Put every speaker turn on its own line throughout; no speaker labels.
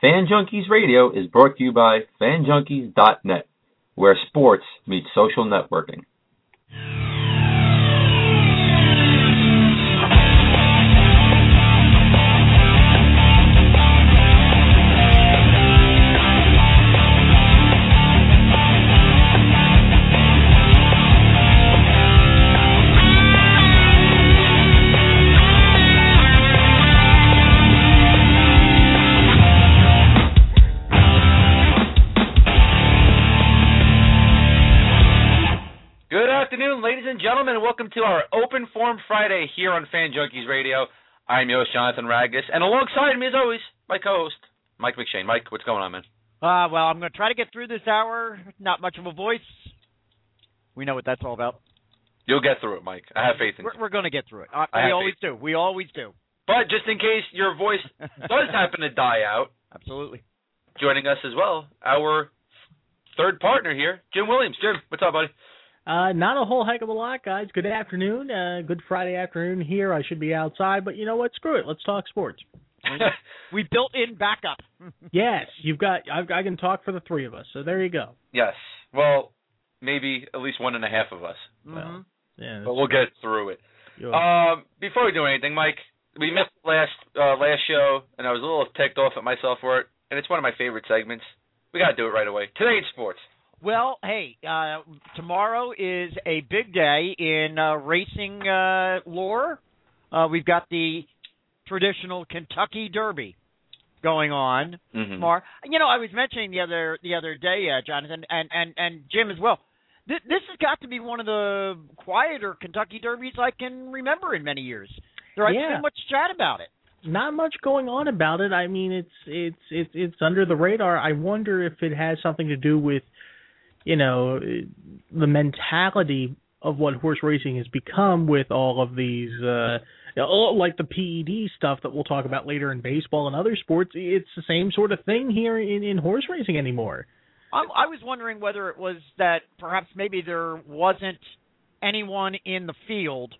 Fan Junkies Radio is brought to you by FanJunkies.net, where sports meets social networking.
Good afternoon, ladies and gentlemen, and welcome to our Open Forum Friday here on Fan Junkies Radio. I'm your host, Jonathan Ragus, and alongside me, as always, my co-host, Mike McShane. Mike, what's going on, man?
Uh, well, I'm going to try to get through this hour. Not much of a voice. We know what that's all about.
You'll get through it, Mike. I have faith in you.
We're, we're going to get through it. Uh,
I
we
have
always do. We always do.
But just in case your voice does happen to die out,
Absolutely.
joining us as well, our third partner here, Jim Williams. Jim, what's up, buddy?
Uh, not a whole heck of a lot, guys. Good afternoon. Uh, good Friday afternoon here. I should be outside, but you know what? Screw it. Let's talk sports.
We built in backup.
Yes, you've got. I've, I can talk for the three of us. So there you go.
yes. Well, maybe at least one and a half of us,
Mhm.
Yeah.
but we'll get through it.
you're-
Um, before we do anything, Mike, we missed last uh, last show, and I was a little ticked off at myself for it. And it's one of my favorite segments. We got to do it right away. Today in sports.
Well, hey, uh, tomorrow is a big day in uh, racing uh, lore. Uh, we've got the traditional Kentucky Derby going on.
Mm-hmm.
Mar. You know, I was mentioning the other the other day, uh, Jonathan, and and and Jim as well. This, this has got to be one of the quieter Kentucky derbies I can remember in many years. There hasn't
Yeah.
been much chat about it.
not much going on about it. I mean, it's it's it's it's under the radar. I wonder if it has something to do with, you know, the mentality of what horse racing has become with all of these, uh, all- like the PED stuff that we'll talk about later in baseball and other sports. It's the same sort of thing here in, in horse racing anymore.
I, I was wondering whether it was that perhaps maybe there wasn't anyone in the field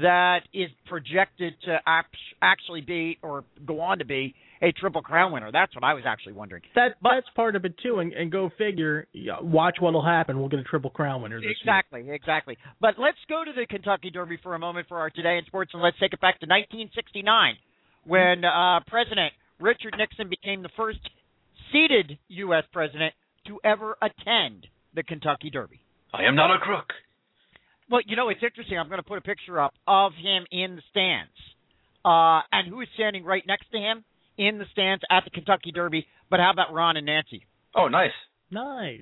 that is projected to act, actually be or go on to be a triple crown winner. That's what I was actually wondering.
That that's part of it too. And, and go figure. yeah, Watch what'll happen. We'll get a triple crown winner this year.
Exactly, exactly. But let's go to the Kentucky Derby for a moment for our today in sports, and let's take it back to 1969 when uh, President Richard Nixon became the first seated U.S. president to ever attend the Kentucky Derby.
I am not a crook.
Well, you know, it's interesting. I'm going to put a picture up of him in the stands. Uh, and who is standing right next to him in the stands at the Kentucky Derby? But how about Ron and Nancy?
Oh, nice.
Nice.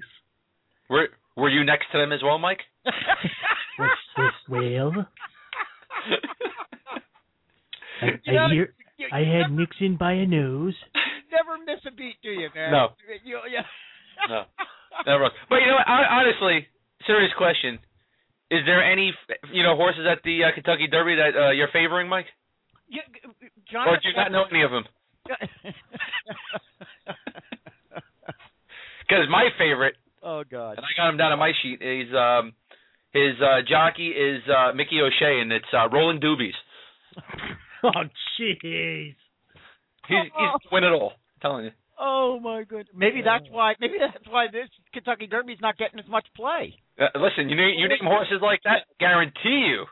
Were Were you next to them as well, Mike?
What's this whale? I,
You know,
I hear.
You-
I
you
had
never-
Nixon by a nose.
never miss a beat, do you, man?
No.
You, yeah.
No. Never. But you know, what? Hon- honestly, serious question: Is there any f- you know horses at the uh, Kentucky Derby that uh, you're favoring, Mike,
You,
or do you not know any of them? Because my favorite,
oh God.
and I got him down on my sheet, is um, his uh, jockey is uh, Mickey O'Shea, and it's uh, Rolling Doobies.
Oh, jeez.
He's, he's win it all. I'm telling you.
Oh my God. Maybe that's why. Maybe that's why this Kentucky Derby's not getting as much play.
Uh, listen, you name, you name horses like that, guarantee you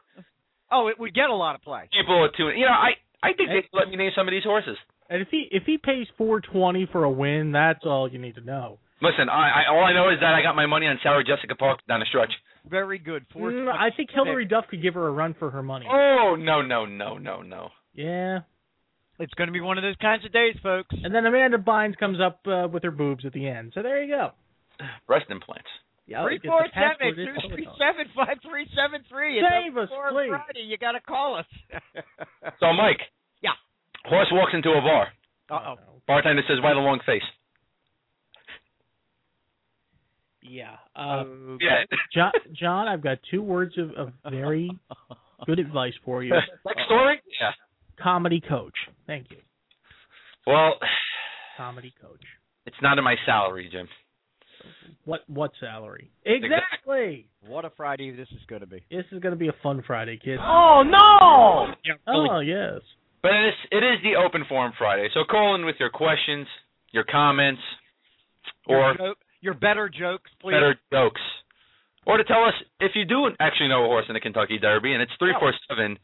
Oh, it would get a lot of play.
people are tuning. You know, I I think they could let me name some of these horses.
And if he if he pays four twenty for a win, that's all you need to know.
Listen, I, I all I know is that I got my money on Sarah Jessica Park down the stretch.
Very good. Four.
Mm, I think Hillary Duff could give her a run for her money.
Oh no no no no no.
Yeah.
It's going to be one of those kinds of days, folks.
And then Amanda Bynes comes up uh, with her boobs at the end. So there you go.
Breast implants.
Yeah,
Three
it's a
four seven
uh, passport,
two
it's
three
all about.
seven five three seven three.
Save us, please.
Friday, you got to call us.
So Mike.
Yeah.
Horse walks into a bar.
Uh oh.
Bartender says, "Why the long face?"
Yeah.
Oh,
Um,
Yeah.
John, John, I've got two words of, of very good advice for you.
Next story. Yeah.
Comedy coach. Thank you.
Well,
Comedy coach.
it's not in my salary, Jim.
What what salary?
Exactly.
Exactly.
What a Friday this is going to be.
This is going to be a fun Friday, kids.
Oh no!
Oh yes.
But it is, it is the open forum Friday, so call in with your questions, your comments,
Your
or
joke- your better jokes, please.
better jokes. Or to tell us if you do actually know a horse in the Kentucky Derby, and it's three four seven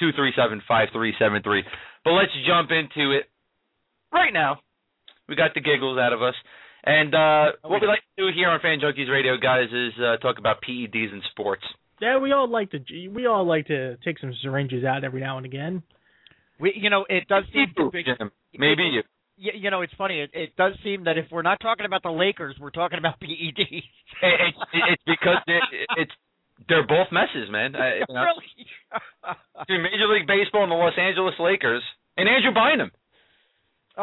two three seven five three seven three. But let's jump into it right now. We got the giggles out of us. And uh,
Oh,
what we like to do here on Fan Junkies Radio, guys, is uh, talk about PEDs and sports.
Yeah, we all like to we all like to take some syringes out every now and again.
We, you know, it does seem to be,
Jim, Maybe you.
y- you know, it's funny. It, it does seem that if we're not talking about the Lakers, we're talking about E PEDs.
It, it, it's because they it's they're both messes, man. I, you know,
Really?
between Major League Baseball and the Los Angeles Lakers, and Andrew Bynum.
Oh,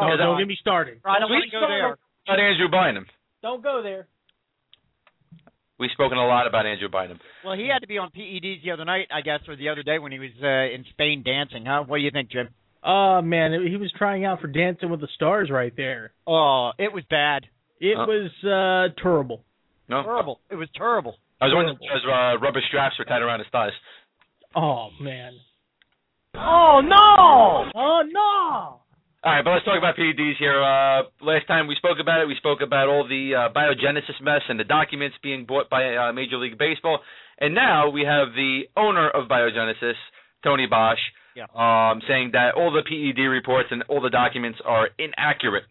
no,
don't
no.
get me started.
I don't want to
We
go
saw
there.
Not Andrew Bynum.
Don't go there.
We've spoken a lot about Andrew Bynum.
Well, he had to be on PEDs the other night, I guess, or the other day when he was uh, in Spain dancing, huh? What do you think, Jim?
Oh man, he was trying out for Dancing with the Stars right there.
Oh, it was bad.
It
Oh.
was uh terrible.
No,
Terrible. It was terrible.
I was wondering if those, uh, rubber straps were tied around his thighs.
Oh man.
Oh no!
Oh no.
All right, but let's talk about PEDs here. Uh, last time we spoke about it, we spoke about all the uh, biogenesis mess and the documents being bought by uh, Major League Baseball, and now we have the owner of Biogenesis, Tony Bosch,
Yeah.
um, saying that all the PED reports and all the documents are inaccurate.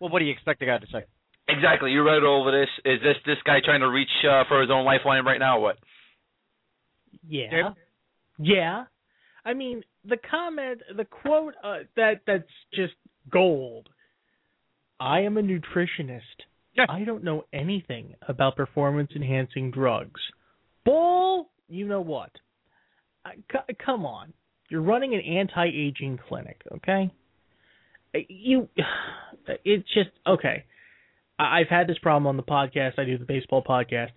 Well, what do you expect the guy to say?
Exactly. You read all of this. Is this this guy trying to reach uh, for his own lifeline right now? Or what?
Yeah.
Dave?
Yeah. I mean, the comment, the quote uh, that that's just gold. I am a nutritionist.
Yeah.
I don't know anything about performance enhancing drugs. Bull, you know what? I, c- come on. You're running an anti-aging clinic, okay? Uh, You it's just okay. I- I've had this problem on the podcast. I do the baseball podcast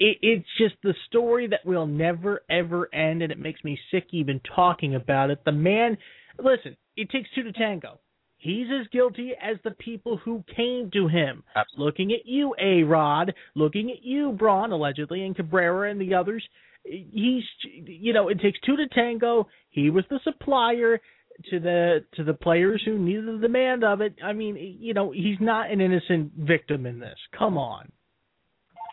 it, it's just the story that will never ever end, and it makes me sick even talking about it. The man, listen, it takes two to tango. He's as guilty as the people who came to him.
Absolutely.
Looking at you, A Rod. Looking at you, Braun, allegedly, and Cabrera and the others. He's, you know, it takes two to tango. He was the supplier to the to the players who needed the demand of it. I mean, you know, he's not an innocent victim in this. Come on.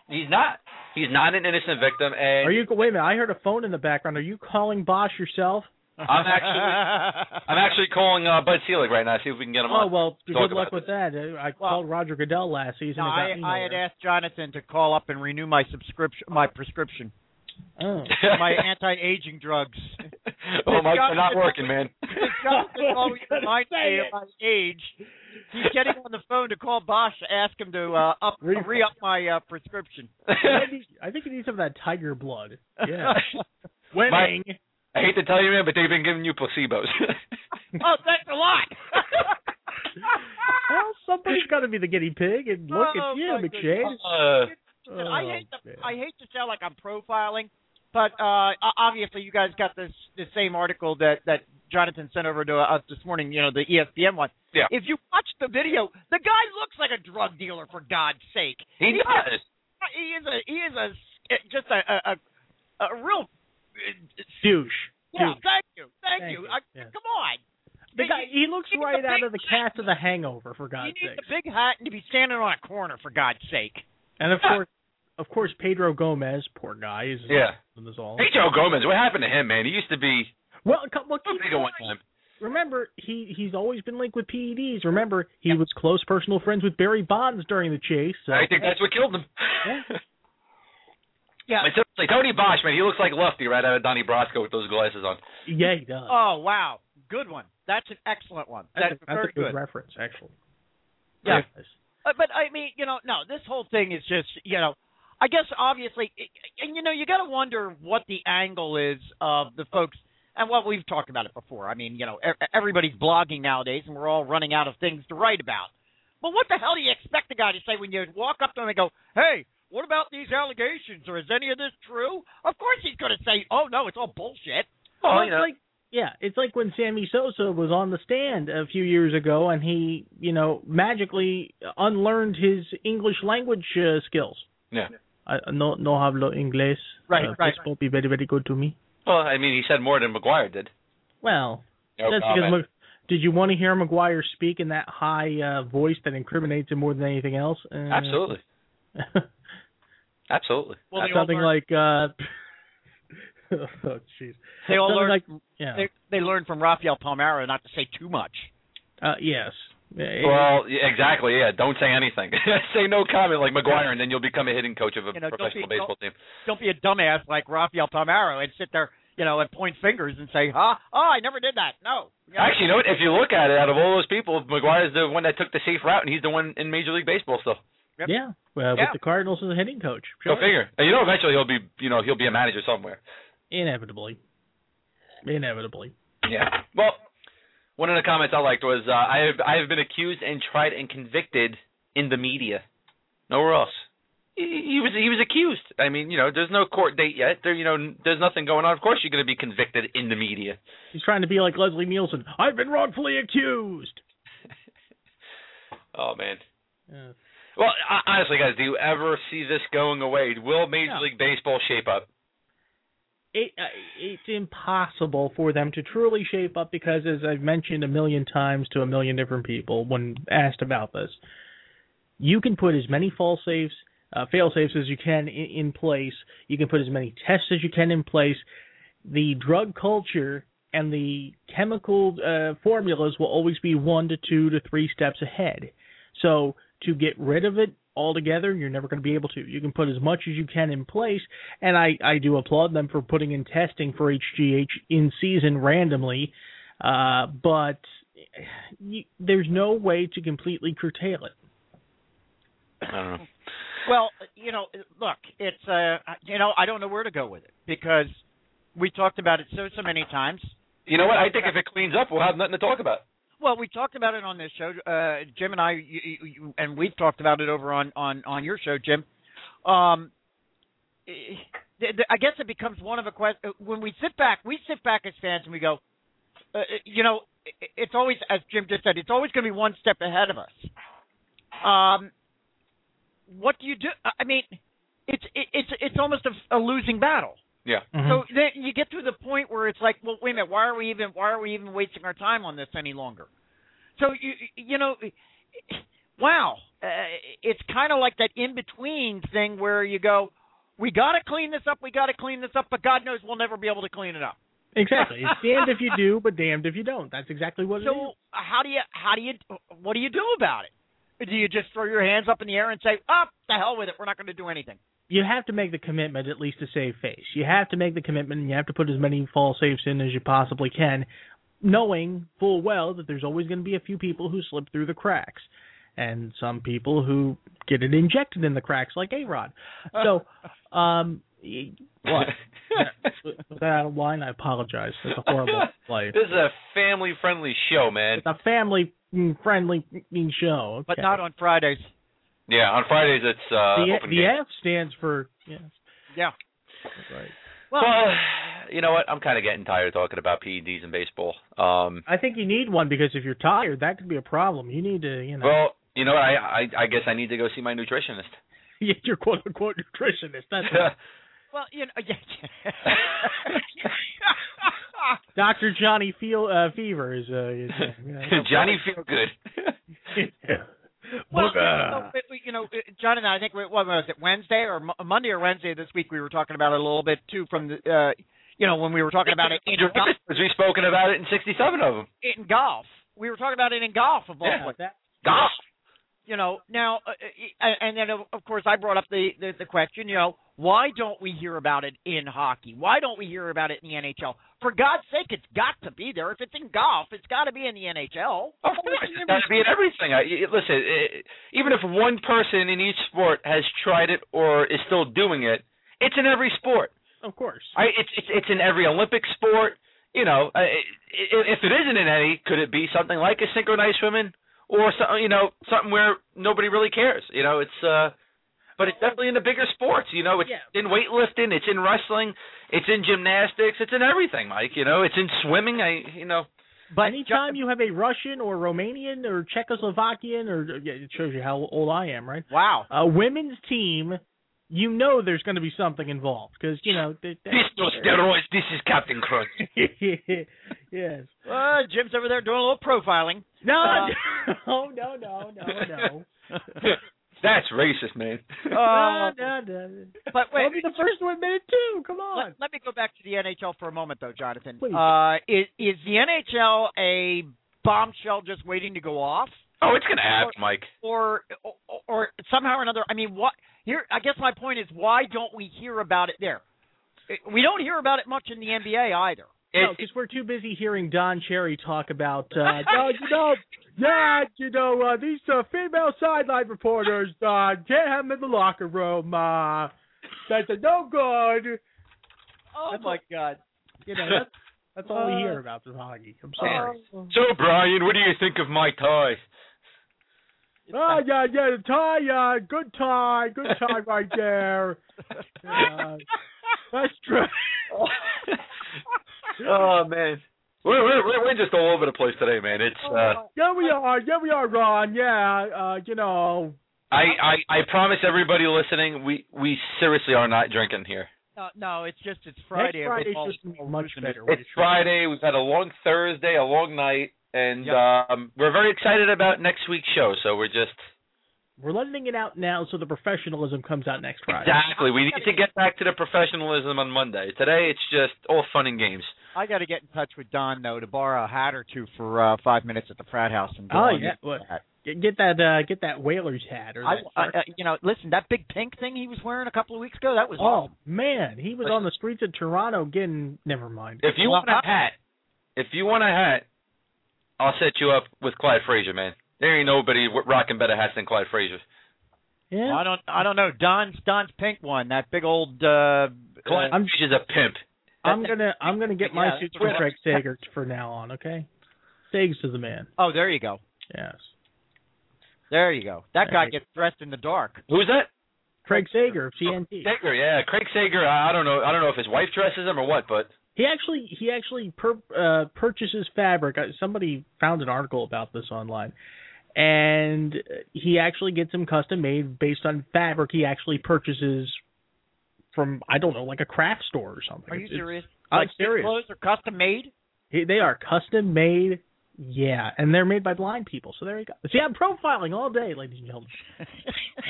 He's not. He's not an innocent victim. And
Are you wait a minute? I heard a phone in the background. Are you calling Bosch yourself?
I'm actually- I'm actually calling uh, Bud Selig right now. See if we can get him
Oh
on.
well,
Talk
good
about
luck with that. Uh, I called Roger Goodell last season.
No, I,
and got
I had
nowhere.
asked Jonathan to call up and renew my subscription, my prescription,
Oh.
my anti-aging drugs.
oh my,
Jonathan-
they're not working, man.
Because Jonathan always reminds me of my age. He's getting on the phone to call Bosch to ask him to uh, up
Refund.
re-up my uh, prescription.
I need- I think you need some of that tiger blood. Yeah.
Winning. I hate to tell you, man, but they've been giving you placebos.
oh, thanks a lot.
well, somebody's got to be the guinea pig, and look
Oh,
at you,
my
McShane.
uh,
Listen, I hate
Oh,
the,
man.
I hate to sound like I'm profiling, but uh o- obviously you guys got this the same article that that Jonathan sent over to uh, us this morning. You know the E ESPN one.
Yeah.
If you watch the video, the guy looks like a drug dealer for God's sake.
he does.
He is a he is a s- just a a, a, a real
douche.
yeah.
Douche.
Thank you, thank,
Thank
you.
you,
I-
yeah.
Come on.
The guy, he looks
He's a
right out
big
of the cast of The Hangover, for
You
God's
need
sake.
the big hat and to be standing on a corner for God's sake.
And of course, of course, Pedro Gomez, poor guy, is
Yeah.
is all.
Hey, Joe Gomez, what happened to him, man? He used to be
Well, come- well, keep
big
in
at one time.
mind, remember he he's always been linked with PEDs. Remember he was close personal friends with Barry Bonds during the chase. So.
I think that's what killed him.
Yeah.
But seriously, Tony Bosch, man, he looks like Lefty right out of Donnie Brasco with those glasses on.
yeah, he does.
Oh wow, good one. That's an excellent one.
Uh. that's,
That's,
a, that's
very
a good,
good.
reference, actually.
Yeah.
Yes.
Uh, but I mean, you know, no, this whole thing is just, you know, I guess obviously, and you know, you got to wonder what the angle is of the folks, and what we've talked about it before. I mean, you know, e- everybody's blogging nowadays, and we're all running out of things to write about. But what the hell do you expect the guy to say when you walk up to him and go, "Hey, what about these allegations? Or is any of this true?" Of course, he's going to say, "Oh no, it's all bullshit."
Oh,
Well,
you
it's
know.
like yeah, it's like when Sammy Sosa was on the stand a few years ago, and he you know magically unlearned his English language uh, skills.
Yeah.
I no no hablo inglés.
Right,
uh,
right.
This will be very very good to me.
Well, I mean, he said more than McGuire did.
Well,
No
that's
comment.
because Mc, Did you want to hear McGuire speak in that high uh, voice that incriminates him more than anything else? Uh,
Absolutely. Absolutely.
Well, they all
something
learn,
like. Uh, oh, jeez.
they all
Something
learn
like yeah,
they, they learn from Rafael Palmero not to say too much.
uh, yes. Yeah,
Well, yeah, exactly. Yeah, don't say anything. say no comment like McGuire, and then you'll become a hitting coach of a
You know, don't
professional
be- don't-
baseball team.
Don't be a dumbass like Rafael Palmero and sit there, you know, and point fingers and say, "Huh? Oh, I never did that." No. You know,
Actually, you know what? If you look at it, out of all those people, McGuire's the one that took the safe route, and he's the one in Major League Baseball still.
Yep.
Yeah, well,
Yeah.
with the Cardinals as a hitting coach,
Go
sure.
figure. And you know, eventually he'll be, you know, he'll be a manager somewhere.
inevitably, inevitably.
Yeah. Well, one of the comments I liked was uh, I have I have been accused and tried and convicted in the media. Nowhere else. He, he was he was accused. I mean, you know, there's no court date yet. There, you know, n- there's nothing going on. Of course, you're going to be convicted in the media.
He's trying to be like Leslie Nielsen. I've been wrongfully accused.
Oh man.
Yeah.
Well, ho- honestly, guys, do you ever see this going away? Will Major
No.
League Baseball shape up?
it uh, it's impossible for them to truly shape up because as I've mentioned a million times to a million different people when asked about this, you can put as many false safes, uh, fail safes as you can in, in place. You can put as many tests as you can in place. The drug culture and the chemical uh, formulas will always be one to two to three steps ahead. So to get rid of it altogether, you're never going to be able to. You can put as much as you can in place, and I, I do applaud them for putting in testing for HGH in season randomly, uh, but you, there's no way to completely curtail it.
I don't know.
Well, you know, look, it's uh, you know, I don't know where to go with it because we talked about it so so many times.
You know what? I think if it cleans up, we'll have nothing to talk about.
Well, we talked about it on this show, uh, Jim and I, you, you- you, and we've talked about it over on on on your show, Jim. Um, eh, th- th- I guess it becomes one of a question when we sit back. We sit back as fans and we go, uh, eh, you know, i- i- it's always as Jim just said, it's always going to be one step ahead of us. Um, what do you do? I- I mean, it's it- it's it's almost a, a losing battle.
Yeah.
So then you get to the point where it's like, well, wait a minute, why are we even why are we even wasting our time on this any longer? So you you know, wow, uh, it's kind of like that in between thing where you go, we got to clean this up, we got to clean this up, but God knows we'll never be able to clean it up.
Exactly. It's damned if you do, but damned if you don't. That's exactly what it
So
is.
how do you how do you what do you do about it? Do you just throw your hands up in the air and say, "Up the hell with it, we're not going to do anything"?
You have to make the commitment at least to save face. You have to make the commitment and you have to put as many false safes in as you possibly can, knowing full well that there's always going to be a few people who slip through the cracks and some people who get it injected in the cracks like A-Rod. So, um y- what? Was that out of line? I apologize. That's a horrible play.
This is a family-friendly show, man.
It's a family mm, friendly mm, show.
But
okay.
not on Fridays.
Yeah, on Fridays it's uh,
the, E,
open
the
game.
F stands for yes.
Yeah.
Right.
Well,
Well, you know what? I'm kind of getting tired of talking about PEDs in baseball. Um,
I think you need one because if you're tired, that could be a problem. You need to, you know,
well, you know, I, I I guess I need to go see my nutritionist.
get your quote unquote nutritionist. That's
well, you know,
Doctor Johnny Feel uh, Fever is. Uh, is uh, yeah.
Johnny feel good.
Well, but,
Booga.
but, you know, uh, John and I, I think what was it Wednesday or Mo- Monday or Wednesday this week? We were talking about it a little bit too from the, uh, you know, when we were talking about it in, go-
Because we've spoken about it in 67 of them.
in golf. We were talking about it in golf of all
Yeah.
places.
That-
Gosh.
You know, now uh, uh, and then of- of course I brought up the, the the question. You know, why don't we hear about it in hockey? Why don't we hear about it in the NHL? For God's sake, it's got to be there. If it's in golf, it's got to be in the NHL.
Of course, it's got to be in everything. I, y- listen, i even if one person in each sport has tried it or is still doing it, it's in every sport.
of course.
I, it's, it's it's in every Olympic sport. You know, I, i if it isn't in any, could it be something like a synchronized swimming or something? You know, something where nobody really cares. You know, it's uh, but it's definitely in the bigger sports. You know, it's
Yeah.
in weightlifting, it's in wrestling, it's in gymnastics, it's in everything, Mike. You know, it's in swimming. I you know,
But
Anytime you have a Russian or Romanian or Czechoslovakian, or yeah, it shows you how old I am, right?
wow,
A women's team you know there's going to be something involved because you know they, they,
This no steroids. This is Captain Crunch.
yes.
Uh, Jim's over there doing a little profiling.
No,
Uh,
no, no, no, no, no.
That's racist, man.
Uh,
no, no, no.
but wait,
I'll be the first one minute too. Come on.
let, let me go back to the NHL for a moment, though, Jonathan.
Please.
Uh, is, is the NHL a bombshell just waiting to go off,
oh, it's gonna happen, Mike.
or or, or somehow or another? I mean, what? Here, I guess my point is, why don't we hear about it there? We don't hear about it much in the NBA either.
No,
It-
because we're too busy hearing Don Cherry talk about, uh, no, you know, yeah, you know, uh, these uh, female sideline reporters uh, can't have them in the locker room. Uh, that's a no good.
Oh
That's
my God!
You know, that's, that's all we hear about from hockey. I'm sorry.
so, Brian, what do you think of my tie?
Oh, yeah, yeah, the tie, uh, good tie, good tie right there. Uh, that's true.
oh man, we're, we're we're just all over the place today, man. It's
Oh,
uh,
Yeah, we are. Yeah, we are, Ron. Yeah, uh, you know.
I, I I promise everybody listening, we we seriously are not drinking here.
No, no, it's just it's Friday.
Next Friday's
Everyone's
just
all
much
losing it.
better.
It's Friday. We've had a long Thursday, a long night, and um, we're very excited about next week's show. So we're just
We're letting it out now so the professionalism comes out next Friday.
exactly. We need to get back to the professionalism on Monday. Today, it's just all fun and games.
I got to get in touch with Don though to borrow a hat or two for uh, five minutes at the frat house. And go
Oh,
on
yeah,
the-
what- Get, get that uh, get that whaler's hat or
I,
that
I, uh, you know, listen, that big pink thing he was wearing a couple of weeks ago, that was
Oh man, he was on the streets of Toronto getting. Never mind.
If you
Well,
want a hat, if you want a hat, I'll set you up with Clyde Frazier, man. There ain't nobody w- rocking better hats than Clyde Frazier.
awesome. I
Yeah.
don't, I don't know. Don's Don's pink one, that big old. Uh,
Clyde
I'm-
Frazier's a pimp.
I'm gonna I'm gonna get my
Yeah,
suit
that's
for
right.
Craig Sager for now on. Okay, Sager's is the man.
oh, there you go,
Yes,
there you go. That guy
There you-
gets dressed in the dark.
Who's that?
Craig Sager of TNT.
Sager, yeah, Craig Sager. I I don't know. I don't know if his wife dresses him or what, but
He actually he actually per, uh, purchases fabric. Uh, Somebody found an article about this online, and uh, he actually gets them custom made based on fabric he actually purchases from I don't know like a craft store or something.
Are you
It's- it's-
serious?
I'm
like
serious.
His clothes are custom made.
He- They are custom made. Yeah, and they're made by blind people. So there you go. See, I'm profiling all day, ladies and gentlemen.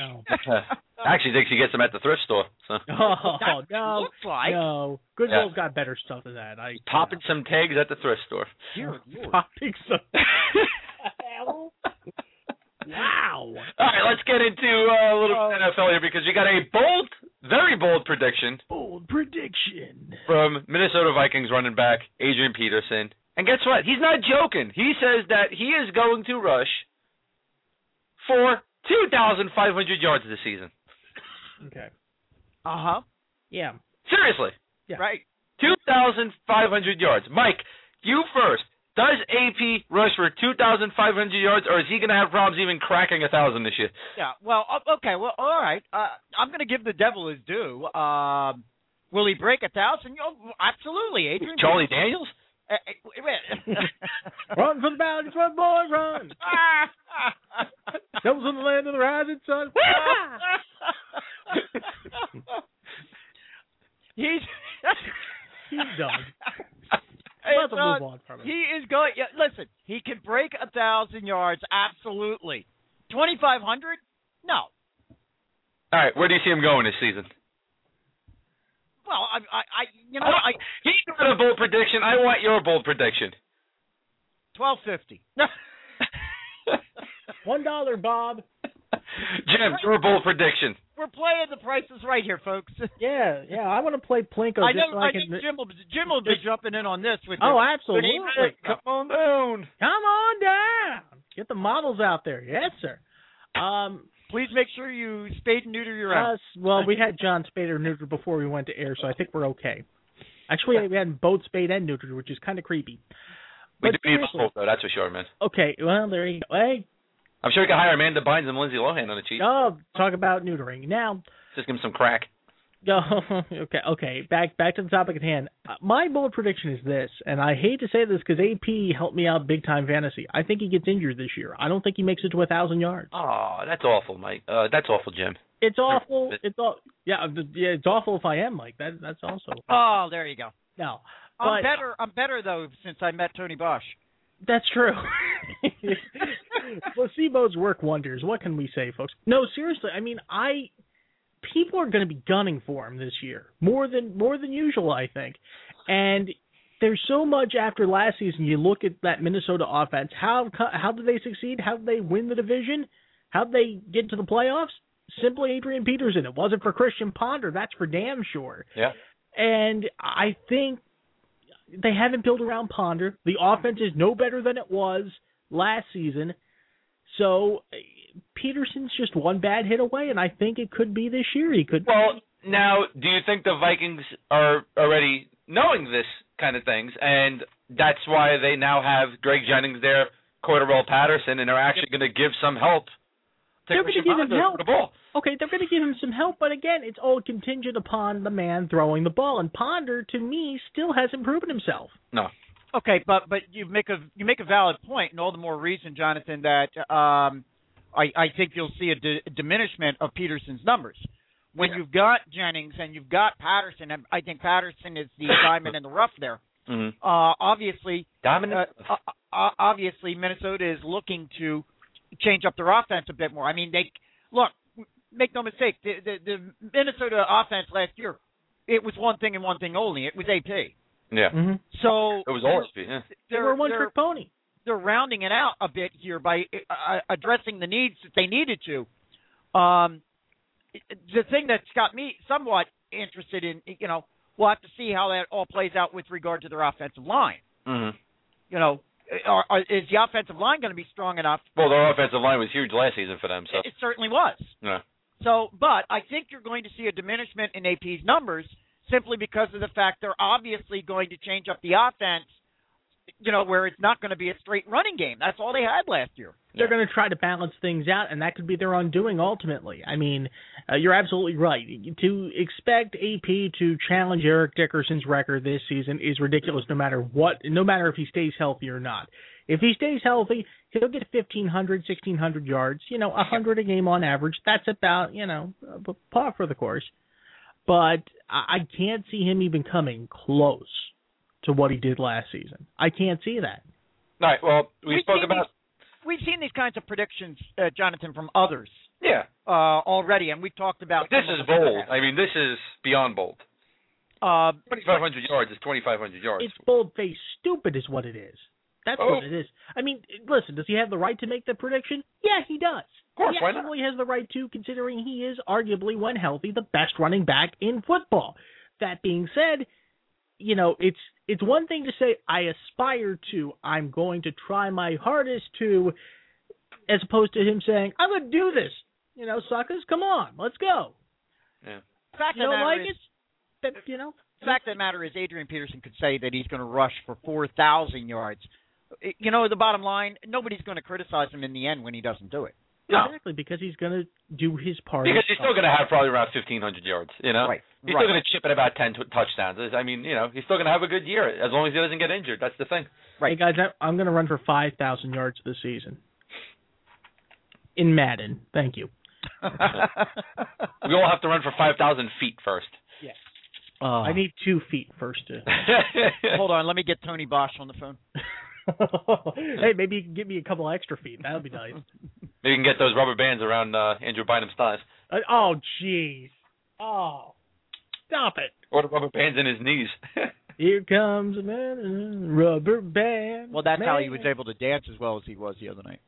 Oh,
uh, I actually think she gets them at the thrift store. So.
oh
That's what it
no,
looks like.
no. Good
Yeah.
has got better stuff than that. I
Popping some tags at the thrift store.
Dear Lord.
popping some. hell? Wow.
All right, let's get into uh, a little bit of NFL here because we got a bold, very bold prediction
Bold prediction.
from Minnesota Vikings running back Adrian Peterson. And guess what? He's not joking. He says that he is going to rush for 2,500 yards this season.
Okay.
Uh
Uh-huh.
huh.
Yeah.
Seriously,
Yeah.
Right.
2,500 yards. Mike, you first. Does AP rush for 2,500 yards, or is he going to have problems even cracking a 1,000 this year?
Yeah. Well. o- Okay. Well. All right. Uh, I'm going to give the devil his due. Um, will he break a thousand? Oh, absolutely, Adrian.
Charlie Daniels?
Uh, uh, wait.
Run for the mountains, run, boy, run. Devils in the land of the rising sun.
He's
He's done.
It's
Let's move
not-
on from it.
He is going. Yeah, listen, he can break a thousand yards. Absolutely. Twenty five hundred? No.
All right, where do you see him going this season?
Well, I, I, I you know,
I don't-
I
He got a bold prediction. I want your bold prediction.
twelve fifty.
One dollar, Bob.
Jim, your bold prediction.
We're playing the prices right here, folks.
Yeah, yeah. I want to play Plinko
I
just
know.
so
I
I can.
think Jim will, Jim will be jumping in on this with.
oh,
the-
absolutely.
Come on down.
Come on down. Get the models out there. Yes, sir. Um,
please make sure you spade and neuter your animals.
us, well, we had John Spader neutered before we went to air, so I think we're okay. Actually, we had both spayed and neutered, which is kind of creepy.
We do
But
need
seriously-
bold, though, that's for sure, man.
Okay, well, there you go. Hey,
I'm sure you can hire Amanda Bynes and Lindsay Lohan on the cheap.
oh, talk about neutering. Now,
Just give him some crack.
No, okay, okay. Back back to the topic at hand. Uh, My bold prediction is this, and I hate to say this because AP helped me out big time fantasy. I think he gets injured this year. I don't think he makes it to a thousand yards.
Oh, that's awful, Mike. Uh, that's awful, Jim.
It's awful. It's all yeah, the- yeah. It's awful if I am like that. That's also
Oh, there you go.
no.
I'm
But
better. I'm better though since I met Tony Bosch.
that's true. Placebos work wonders. What can we say, folks? No, seriously. I mean, I people are going to be gunning for him this year more than more than usual, I think. And there's so much after last season. You look at that Minnesota offense. How co- how did they succeed? How did they win the division? How did they get to the playoffs? Simply Adrian Peterson. It wasn't for Christian Ponder. That's for damn sure.
Yeah.
And I think they haven't built around Ponder. The offense is no better than it was last season. So eh, Peterson's just one bad hit away, and I think it could be this year. He could.
Well, now, do you think the Vikings are already knowing this kind of things, and that's why they now have Greg Jennings there, Cordero Patterson, and are actually going to give some help to
They're gonna
Christian
give him
Ponder
help.
the ball?
okay, they're going to give him some help, but again, it's all contingent upon the man throwing the ball. And Ponder, to me, still hasn't proven himself.
Okay, but but you make a you make a valid point, and all the more reason, Jonathan, that um, I I think you'll see a di- diminishment of Peterson's numbers when
Yeah.
you've got Jennings and you've got Patterson. And I think Patterson is the diamond in the rough there.
Mm-hmm.
Uh, obviously,
Dominant.
uh, uh, obviously Minnesota is looking to change up their offense a bit more. I mean, they look, make no mistake, the the, the Minnesota offense last year, it was one thing and one thing only. It was AP.
yeah.
Mm-hmm.
So
It was Ormsby. Yeah.
They
they're,
were one
they're-
trick pony.
they're rounding it out a bit here by uh, addressing the needs that they needed to. Um, the thing that's got me somewhat interested in, you know, we'll have to see how that all plays out with regard to their offensive line.
Mm-hmm.
You know, are, are, is the offensive line going to be strong enough?
Well, their offensive line was huge last season for them, so.
It, it certainly was.
Yeah.
So, but I think you're going to see a diminishment in AP's numbers simply because of the fact they're obviously going to change up the offense. You know, where it's not going to be a straight running game. That's all they had last year.
they're going to try to balance things out, and that could be their undoing ultimately. I mean, uh, you're absolutely right. To expect AP to challenge Eric Dickerson's record this season is ridiculous. No matter what, no matter if he stays healthy or not. If he stays healthy, he'll get 1,500, 1,600 yards. You know, a 100 a game on average. That's about you know uh, par for the course. But I I can't see him even coming close to what he did last season. I can't see that.
All right. Well, we,
We've
spoke
seen
about
We've seen these kinds of predictions, uh, Jonathan, from others
yeah.
uh, already, and we've talked about
This
some of
is
them.
bold. I mean, this is beyond bold.
Uh,
2,500 yards is 2,500 yards.
It's bold faced stupid is what it is. That's
Oh.
what it is. I mean, listen, does he have the right to make the prediction? Yeah, he does. Of
course,
he
why not?
absolutely has the right to, considering he is arguably, when healthy, the best running back in football. That being said, you know, it's it's one thing to say I aspire to, I'm going to try my hardest to, as opposed to him saying I'm going to do this. You know, suckers, come on, let's go.
fact
You
of the
don't
matter
like
is,
it? That, you know,
fact of the matter is, Adrian Peterson could say that he's going to rush for four thousand yards. You know, the bottom line, nobody's going to criticize him in the end when he doesn't do it.
No.
exactly because he's going to do his part.
Because you're still going to have probably around 1,500 yards, you know?
Right.
Uh, He's
right.
still going to chip at about 10 t- touchdowns. I mean, you know, he's still going to have a good year as long as he doesn't get injured. That's the thing.
Hey guys, I- I'm going to run for five thousand yards this season in Madden. Thank you.
We all have to run for 5,000 feet first.
Uh,
I need two feet first to.
hold on, let me get Tony Bosch on the phone.
hey, maybe you can give me a couple extra feet. That would be nice.
Maybe you can get those rubber bands around uh, Andrew Bynum's thighs
Uh, oh, jeez. Oh, stop it.
or the rubber bands in his knees.
Here comes a man, rubber band.
Well, that's how he was
man.
able to dance as well as he was the other night.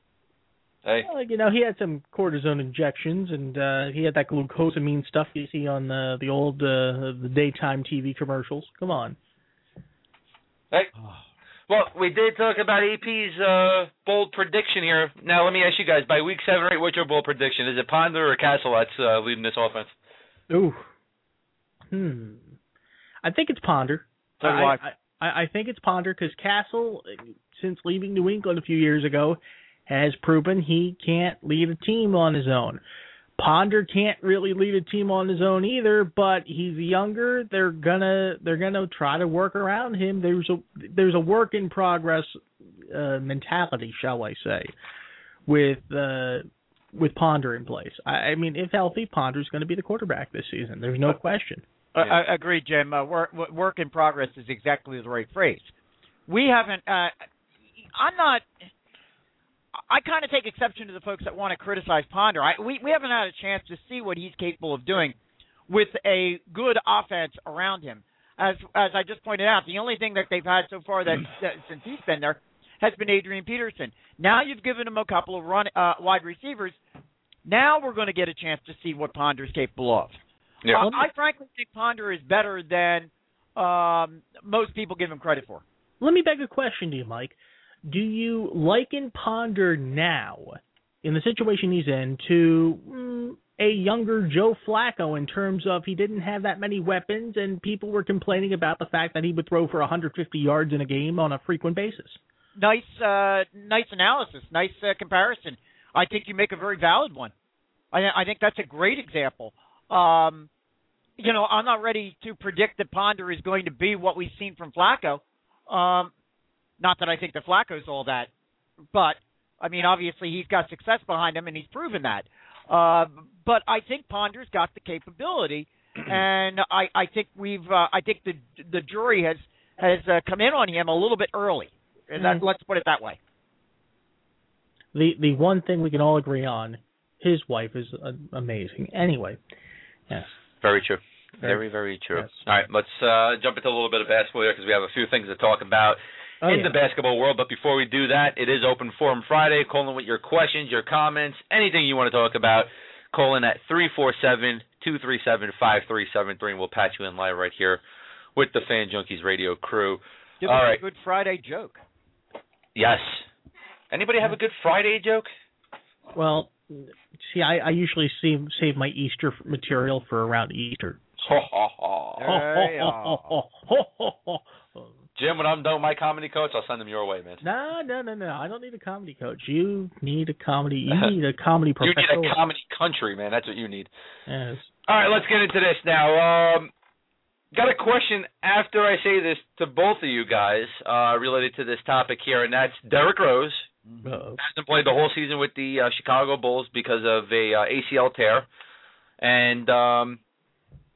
hey.
Well, you know, he had some cortisone injections, and uh he had that glucosamine stuff you see on the the old uh, the daytime TV commercials. Come on. Oh.
Well, we did talk about AP's uh, bold prediction here. Now, let me ask you guys: by week seven or eight, what's your bold prediction? Is it Ponder or Castle that's uh, leading this offense?
Ooh. Hmm. I think it's Ponder.
So do
I, I, I- I think it's Ponder because Castle, since leaving New England a few years ago, has proven he can't lead a team on his own. Ponder can't really lead a team on his own either, but he's younger. They're gonna they're gonna try to work around him. There's a there's a work in progress uh, mentality, shall I say, with uh, with Ponder in place. I, I mean, if healthy, Ponder's going to be the quarterback this season. There's no question.
Uh, I agree, Jim. Uh, work, work in progress is exactly the right phrase. We haven't. Uh, I'm not. I kind of take exception to the folks that want to criticize Ponder. I, we we haven't had a chance to see what he's capable of doing with a good offense around him. As as I just pointed out, the only thing that they've had so far that, that since he's been there has been Adrian Peterson. Now you've given him a couple of run uh, wide receivers. Now we're going to get a chance to see what Ponder's capable of.
Yeah.
I, I frankly think Ponder is better than um, most people give him credit for.
Let me beg a question to you, Mike. Do you liken Ponder now, in the situation he's in, to mm, a younger Joe Flacco in terms of he didn't have that many weapons and people were complaining about the fact that he would throw for 150 yards in a game on a frequent basis?
Nice, uh, nice analysis, nice uh, comparison. I think you make a very valid one. I, I think that's a great example. Um, you know, I'm not ready to predict that Ponder is going to be what we've seen from Flacco. Um, not that I think that Flacco's all that, but I mean, obviously he's got success behind him and he's proven that. Uh, but I think Ponder's got the capability, and I, I think we've uh, I think the the jury has has uh, come in on him a little bit early. And that,
Mm-hmm.
Mhm.
Let's put it that way.
the the one thing we can all agree on, his wife is uh, amazing. Anyway, yes,
Very true. Very,
Very-
very true.
yes.
All right, let's uh, jump into a little bit of basketball here because we have a few things to talk about
Oh,
in
yeah.
the basketball world. But before we do that, it is Open Forum Friday. Call in with your questions, your comments, anything you want to talk about. Call in at 347 237 5373, and we'll patch you in live right here with the Fan Junkies radio crew.
Give
All
us
right.
a good Friday joke.
Yes. Anybody have a good Friday joke?
well, see, I, I usually save save my Easter material for around Easter.
Oh, Jim, when I'm done with my comedy coach, I'll send them your way, man.
No, no, no, no. I don't need a comedy coach. You need a comedy. You need a comedy
You
professional.
need a comedy country, man. That's what you need.
yes.
All right, let's get into this now. Um, got a question after I say this to both of you guys uh, related to this topic here, and that's Derrick Rose
Uh,
hasn't played the whole season with the uh, Chicago Bulls because of a uh, ACL tear, and um,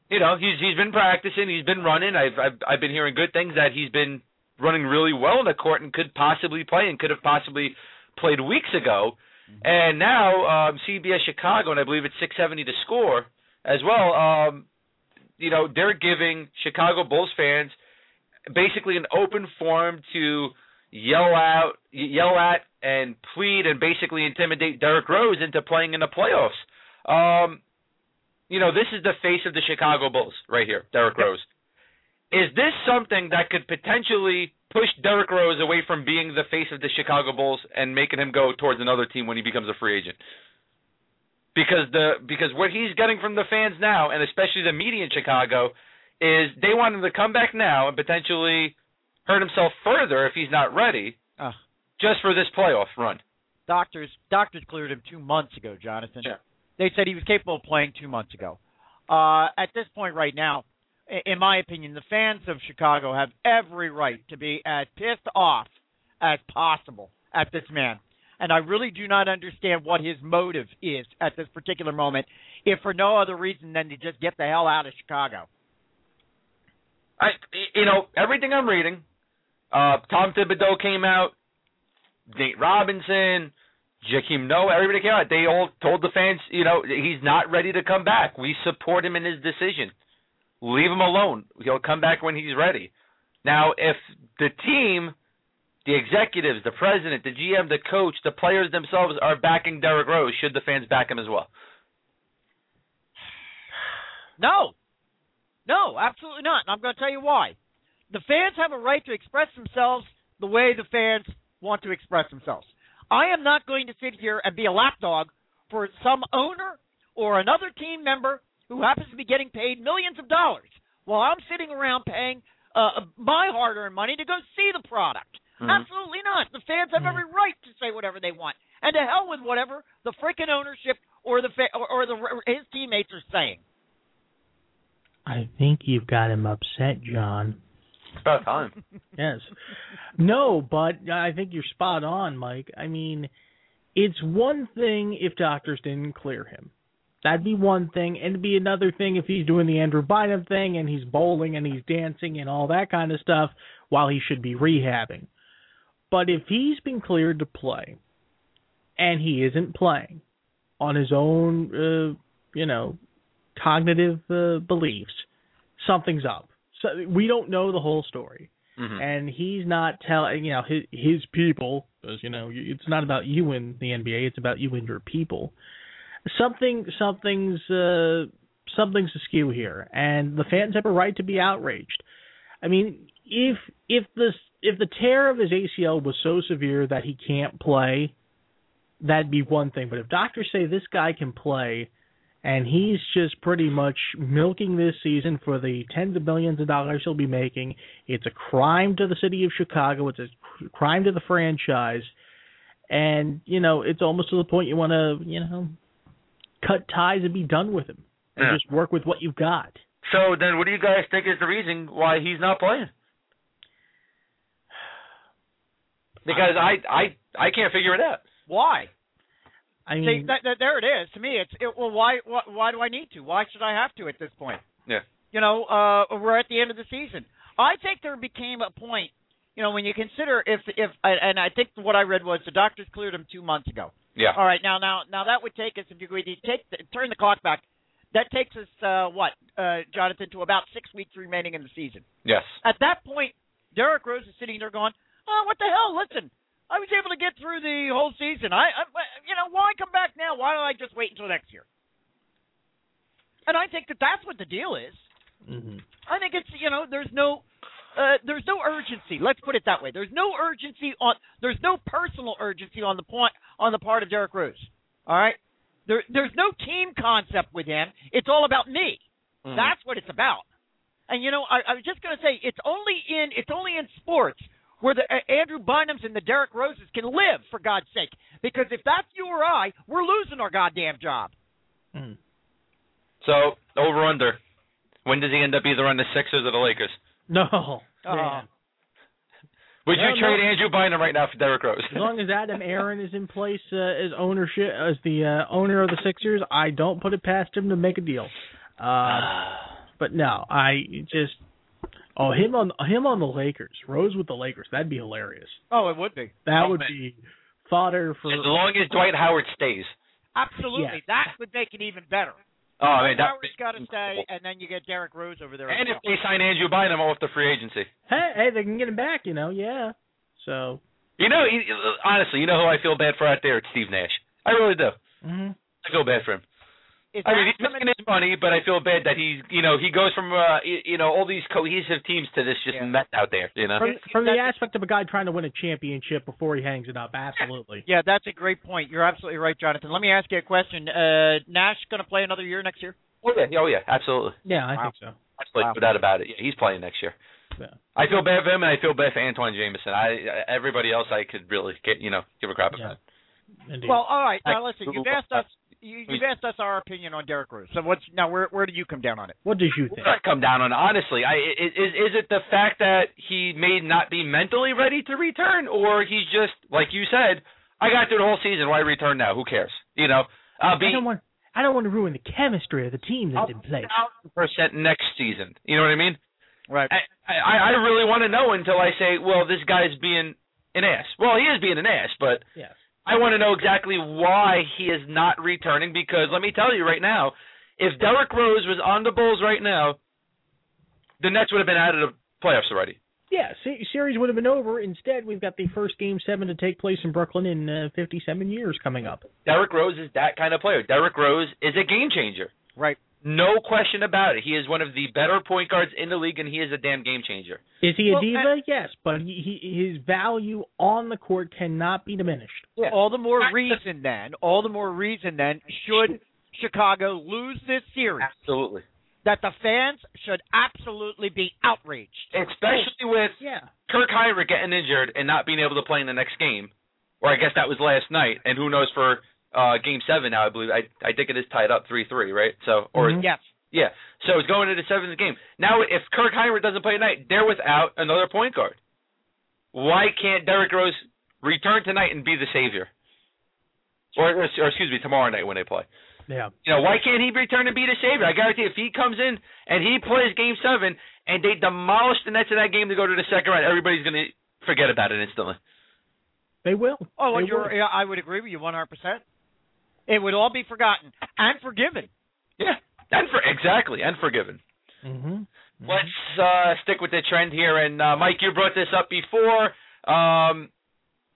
you know he's he's been practicing, he's been running. I've, I've I've been hearing good things that he's been running really well in the court and could possibly play and could have possibly played weeks ago. And now um, CBS Chicago, and I believe it's 670 to score as well. Um, you know they're giving Chicago Bulls fans basically an open forum to yell out, yell at, and plead, and basically intimidate Derrick Rose into playing in the playoffs. Um, you know, this is the face of the Chicago Bulls right here, Derrick Rose. Is this something that could potentially push Derrick Rose away from being the face of the Chicago Bulls and making him go towards another team when he becomes a free agent? Because the because what he's getting from the fans now, and especially the media in Chicago, is they want him to come back now and potentially hurt himself further if he's not ready
Ah.
just for this playoff run.
doctors doctors cleared him two months ago, Jonathan.
Sure.
They said he was capable of playing two months ago. Uh, at this point, right now, i- in my opinion, the fans of Chicago have every right to be as pissed off as possible at this man. And I really do not understand what his motive is at this particular moment, if for no other reason than to just get the hell out of Chicago.
I you know everything I'm reading. Uh, Tom Thibodeau came out, Nate Robinson, Jakeem Noah, everybody came out. They all told the fans, you know, he's not ready to come back. We support him in his decision. Leave him alone. He'll come back when he's ready. Now, if the team, the executives, the president, the GM, the coach, the players themselves are backing Derrick Rose, should the fans back him as well?
No. No, absolutely not. And I'm going to tell you why. The fans have a right to express themselves the way the fans want to express themselves. I am not going to sit here and be a lapdog for some owner or another team member who happens to be getting paid millions of dollars while I'm sitting around paying uh, my hard earned money to go see the product.
Mhm.
Absolutely not. The fans have every right to say whatever they want. And to hell with whatever the freaking ownership or the fa- or, or the his teammates are saying.
I think you've got him upset, John.
It's about time.
Yes. No, but I think you're spot on, Mike. I mean, It's one thing if doctors didn't clear him. That'd be one thing, and it'd be another thing if he's doing the Andrew Bynum thing and he's bowling and he's dancing and all that kind of stuff while he should be rehabbing. But if he's been cleared to play and he isn't playing on his own, uh, you know, cognitive uh, beliefs, something's up. So we don't know the whole story
Mhm.
and he's not telling you know his his people 'cause, you know it's not about you and the NBA it's about you and your people something something's uh something's askew here and the fans have a right to be outraged i mean if if this if the tear of his ACL was so severe that he can't play that'd be one thing but if doctors say this guy can play and he's just pretty much milking this season for the tens of millions of dollars he'll be making. It's a crime to the city of Chicago. It's a cr- crime to the franchise, and you know it's almost to the point you want to you know cut ties and be done with him and
Yeah.
just work with what you've got.
So then, what do you guys think is the reason why he's not playing? Because I I I can't figure it out.
Why?
I
See,
mean,
that, that, there it is. To me, it's it, well, why, why why do I need to? Why should I have to at this point?
Yeah.
You know, uh, we're at the end of the season. I think there became a point. You know, when you consider if if and and I think what I read was the doctors cleared him two months ago.
Yeah.
All right, now now now that would take us if you could take the, turn the clock back. That takes us uh, what uh, Jonathan to about six weeks remaining in the season.
Yes.
At that point, Derek Rose is sitting there going, "Oh, what the hell? Listen, I was able to get through the whole season. I, I you know, why come back now? Why don't I just wait until next year?" And I think that that's what the deal is.
mhm.
I think it's you know, there's no. Uh, there's no urgency. Let's put it that way. There's no urgency on. There's no personal urgency on the point on the part of Derek Rose. All right. There, there's no team concept with him. It's all about me.
Mm-hmm. Hmm.
That's what it's about. And you know, I, I was just going to say it's only in it's only in sports where the uh, Andrew Bynums and the Derek Roses can live for God's sake. Because if that's you or I, we're losing our goddamn job.
Mm.
So over under. When does he end up either on the Sixers or the Lakers?
no.
Uh,
man.
Would
I
you
don't
trade Andrew Bynum right now for Derrick Rose?
As long as Adam Aaron is in place uh, as ownership as the uh, owner of the Sixers, I don't put it past him to make a deal.
Ah.
Uh, but no, I just oh him on him on the Lakers, Rose with the Lakers, that'd be hilarious.
Oh, it would be
That
Oh,
would
man.
be fodder for
as long as Dwight Howard stays.
absolutely.
Yeah.
That would make it even better.
Oh, I mean, that
Howard's got to stay, and then you get Derek Rose over there. as
And if
well.
they sign Andrew Bynum off the free agency.
hey, hey, they can get him back, you know, yeah. So
You know, he, honestly, you know who I feel bad for out there? It's Steve Nash. I really do.
mhm.
I feel bad for him.
Is
I
that
mean, he's
coming-
making his money, but I feel bad that he's, you know, he goes from, uh, y- you know, all these cohesive teams to this just
Yeah.
mess out there, you know.
from, from the
that's-
aspect of a guy trying to win a championship before he hangs it up, absolutely.
yeah, that's a great point. You're absolutely right, Jonathan. Let me ask you a question. Uh, Nash going to play another year next year?
Oh yeah, oh yeah, absolutely,
Yeah, I
Wow.
think so.
absolutely,
Wow.
without about it. Yeah, he's playing next year.
Yeah.
I feel bad for him, and I feel bad for Antoine Jameson. I I- everybody else, I could really, get, you know, give a crap
Yeah.
about.
Indeed.
Well, all right. Now
I-
listen, you've asked us you, you've asked us our opinion on Derek Rose. So what's now where where do you come down on it?
what did you think?
What I come down on, honestly, I i- is is it the fact that he may not be mentally ready to return, or he's just like you said, I got through the whole season. Why return now? Who cares? You know, Uh, I'll be
I don't want I don't want to ruin the chemistry of the team that's in place.
thousand percent next season. You know what I mean?
Right.
I, I, I really want to know until I say, well, this guy's being an ass. Well, he is being an ass, but
Yes.
I want to know exactly why he is not returning because let me tell you right now, if Derrick Rose was on the Bulls right now, the Nets would have been out of the playoffs already.
Yeah, se- series would have been over. Instead, we've got the first game seven to take place in Brooklyn in uh, 57 years coming up.
Derrick Rose is that kind of player. Derrick Rose is a game changer.
Right.
No question about it. He is one of the better point guards in the league, and he is a damn game changer.
Is he a
Well,
diva?
I-
yes, but he, he, his value on the court cannot be diminished.
Yeah.
All the more
I-
reason then. All the more reason then should Chicago lose this series
Absolutely.
that the fans should absolutely be outraged.
Especially with
Yeah.
Kirk Heinrich getting injured and not being able to play in the next game, or I guess that was last night, and who knows for uh game seven now, I believe. I I think it is tied up three three, right? So or
Mhm.
Yes.
yeah. So it's going into the seventh game. Now if Kirk Heinrich doesn't play tonight, they're without another point guard. Why can't Derrick Rose return tonight and be the savior? or, or, or excuse me, tomorrow night when they play.
Yeah.
You know, why can't he return and be the savior? I guarantee if he comes in and he plays game seven and they demolish the Nets in that game to go to the second round, everybody's going to forget about it instantly.
They will.
Oh, and
They will.
you're, yeah, I would agree with you 100%. It would all be forgotten and forgiven.
Yeah. And for, exactly. And forgiven.
Mhm. Mhm.
Let's uh, stick with the trend here. And uh, Mike, you brought this up before. Um,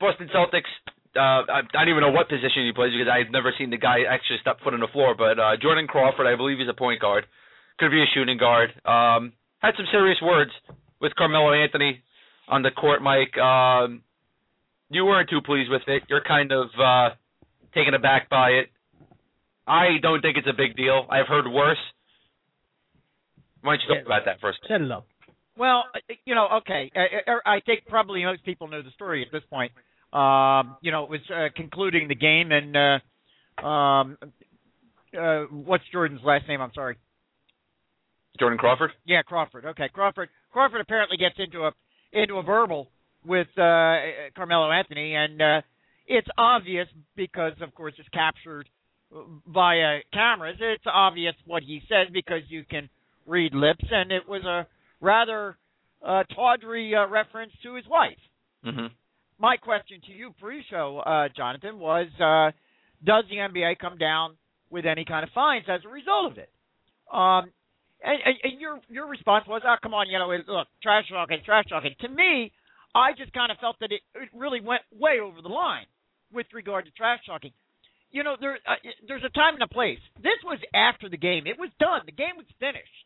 Boston Celtics. Uh, I I don't even know what position he plays because I've never seen the guy actually step foot on the floor. But uh, Jordan Crawford, I believe he's a point guard, could be a shooting guard. Um, had some serious words with Carmelo Anthony on the court, Mike. Um, you weren't too pleased with it. You're kind of uh, taken aback by it. I don't think it's a big deal. I've heard worse. Why don't you talk
Yeah.
about that first?
Set it up.
Well, uh, you know, okay. I, I I think probably most people know the story at this point. Um, you know, it was uh, concluding the game, and uh, um, uh, what's Jordan's last name? I'm sorry.
Jordan Crawford?
Yeah, Crawford. Okay, Crawford. Crawford apparently gets into a into a verbal with uh, Carmelo Anthony, and uh, it's obvious because, of course, it's captured via cameras. It's obvious what he says because you can read lips, and it was a rather uh, tawdry uh, reference to his wife
Mm-hmm.
my question to you pre-show, uh, Jonathan, was uh, does the NBA come down with any kind of fines as a result of it? Um, and, and, and your your response was, oh, come on, you know, it, look, trash talking, trash talking. To me, I just kind of felt that it, it really went way over the line with regard to trash talking. You know, there uh, there's a time and a place. This was after the game. It was done. The game was finished.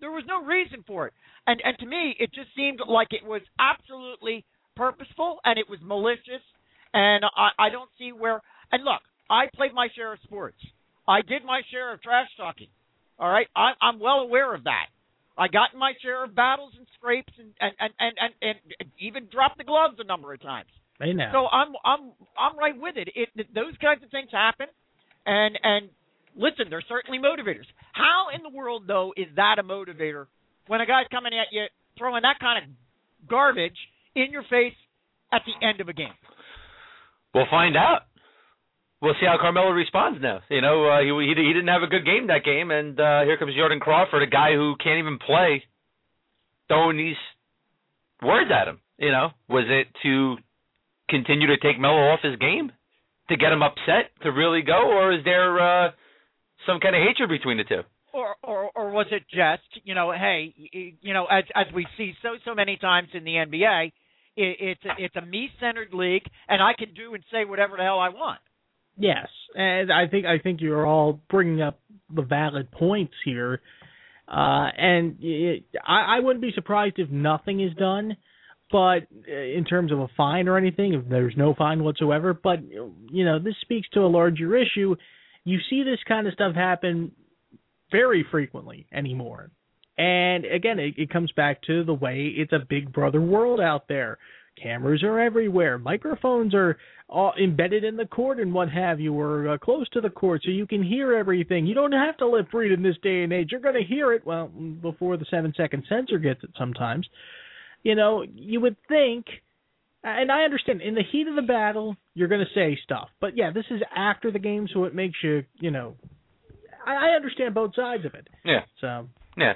There was no reason for it. And and to me, it just seemed like it was absolutely purposeful and it was malicious and I, I don't see where and look, I played my share of sports. I did my share of trash talking. All right. I I'm well aware of that. I got in my share of battles and scrapes and and, and, and, and, and even dropped the gloves a number of times.
They know.
So I'm I'm I'm right with it. It th- those kinds of things happen, and and listen, they're certainly motivators. How in the world though is that a motivator when a guy's coming at you throwing that kind of garbage in your face at the end of a game?
We'll find out. We'll see how Carmelo responds now. You know, uh, he, he he didn't have a good game that game, and uh, here comes Jordan Crawford, a guy who can't even play, throwing these words at him. You know, was it to continue to take Melo off his game, to get him upset, to really go, or is there uh, some kind of hatred between the two?
Or, or or was it just you know hey y- y- you know as as we see so so many times in the NBA, it, it's a, it's a me centered league and I can do and say whatever the hell I want.
Yes, and I think I think you're all bringing up the valid points here, uh, and it, I, I wouldn't be surprised if nothing is done, but uh, in terms of a fine or anything, if there's no fine whatsoever. But you know, this speaks to a larger issue. You see this kind of stuff happen very frequently anymore, and again, it, it comes back to the way it's a big brother world out there. Cameras are everywhere. Microphones are all embedded in the court and what have you, or uh, close to the court, so you can hear everything. You don't have to live free in this day and age. You're going to hear it well before the seven second censor gets it. Sometimes, you know, you would think, and I understand in the heat of the battle, you're going to say stuff, but yeah, this is after the game, so it makes you, you know, I, I understand both sides of it.
Yeah.
So
Yeah.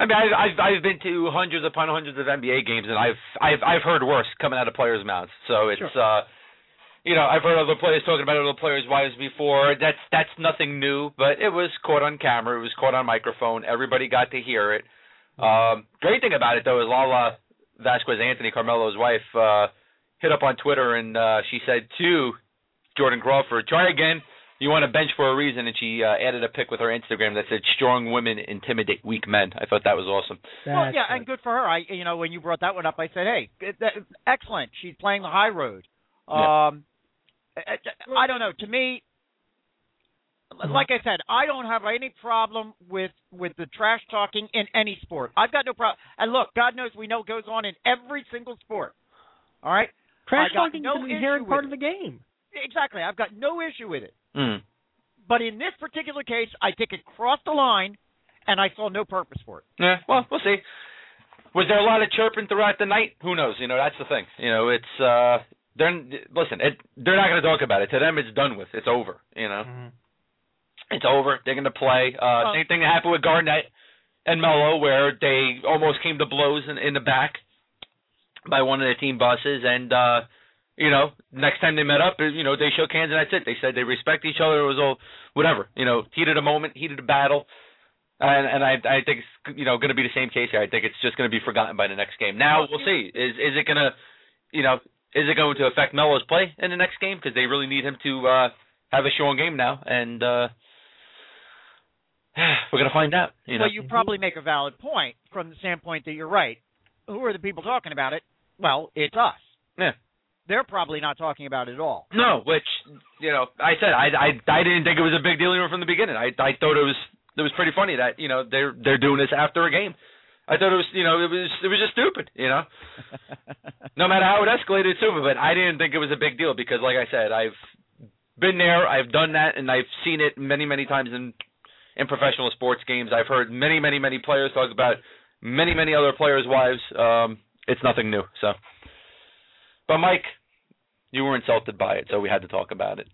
I mean, I've, I've I've been to hundreds upon hundreds of NBA games, and I've I've I've heard worse coming out of players' mouths. So it's uh, you know, I've heard other players talking about other players' wives before. That's that's nothing new, but it was caught on camera. It was caught on microphone. Everybody got to hear it. Um, great thing about it though is Lala Vasquez Anthony Carmelo's wife uh, hit up on Twitter and uh, she said to Jordan Crawford, "Try again. You want a bench for a reason." And she uh, added a pic with her Instagram that said, "Strong women intimidate weak men." I thought that was awesome.
Well,
that's
yeah,
it.
and good for her. I, you know, when you brought that one up, I said, "Hey, good- that, excellent. She's playing the high road." Um, I, I- I don't know. To me, like I said, I don't have any problem with with the trash talking in any sport. I've got no problem. And look, God knows we know it goes on in every single sport. All right,
trash
I got
talking
no
is an
issue
inherent
with
part
it.
of the game.
exactly. I've got no issue with it.
Mm.
But in this particular case, I think it crossed the line, and I saw no purpose for it.
Yeah, well, we'll see. Was there a lot of chirping throughout the night? Who knows? You know, that's the thing. You know, it's uh They're listen. It, they're not going to talk about it. To them, it's done with. It's over. You know,
Mhm.
it's over. They're going to play. Uh,
Well-
same thing that happened with Garnett and Melo, where they almost came to blows in, in the back by one of the team buses, and uh, you know, next time they met up, you know, they shook hands and that's it. They said they respect each other. It was all whatever. You know, heated a moment, heated a battle. And, and I, I think it's you know going to be the same case here. I think it's just going to be forgotten by the next game. Now we'll see. Is is it going to, you know, is it going to affect Melo's play in the next game because they really need him to uh, have a strong game now, and uh, we're going to find out. You know,
Well, you probably make a valid point from the standpoint that you're right. Who are the people talking about it? Well, it's us.
Yeah.
They're probably not talking about it at all.
No, which you know, I said I I I didn't think it was a big deal even from the beginning. I I thought it was it was pretty funny that you know they're they're doing this after a game. I thought it was you know it was it was just stupid. You know, no matter how it escalated, it's stupid. But I didn't think it was a big deal because, like I said, I've been there, I've done that, and I've seen it many many times in in professional sports games. I've heard many many many players talk about many many other players' wives. Um, it's nothing new. So, but Mike, you were insulted by it, so we had to talk about it.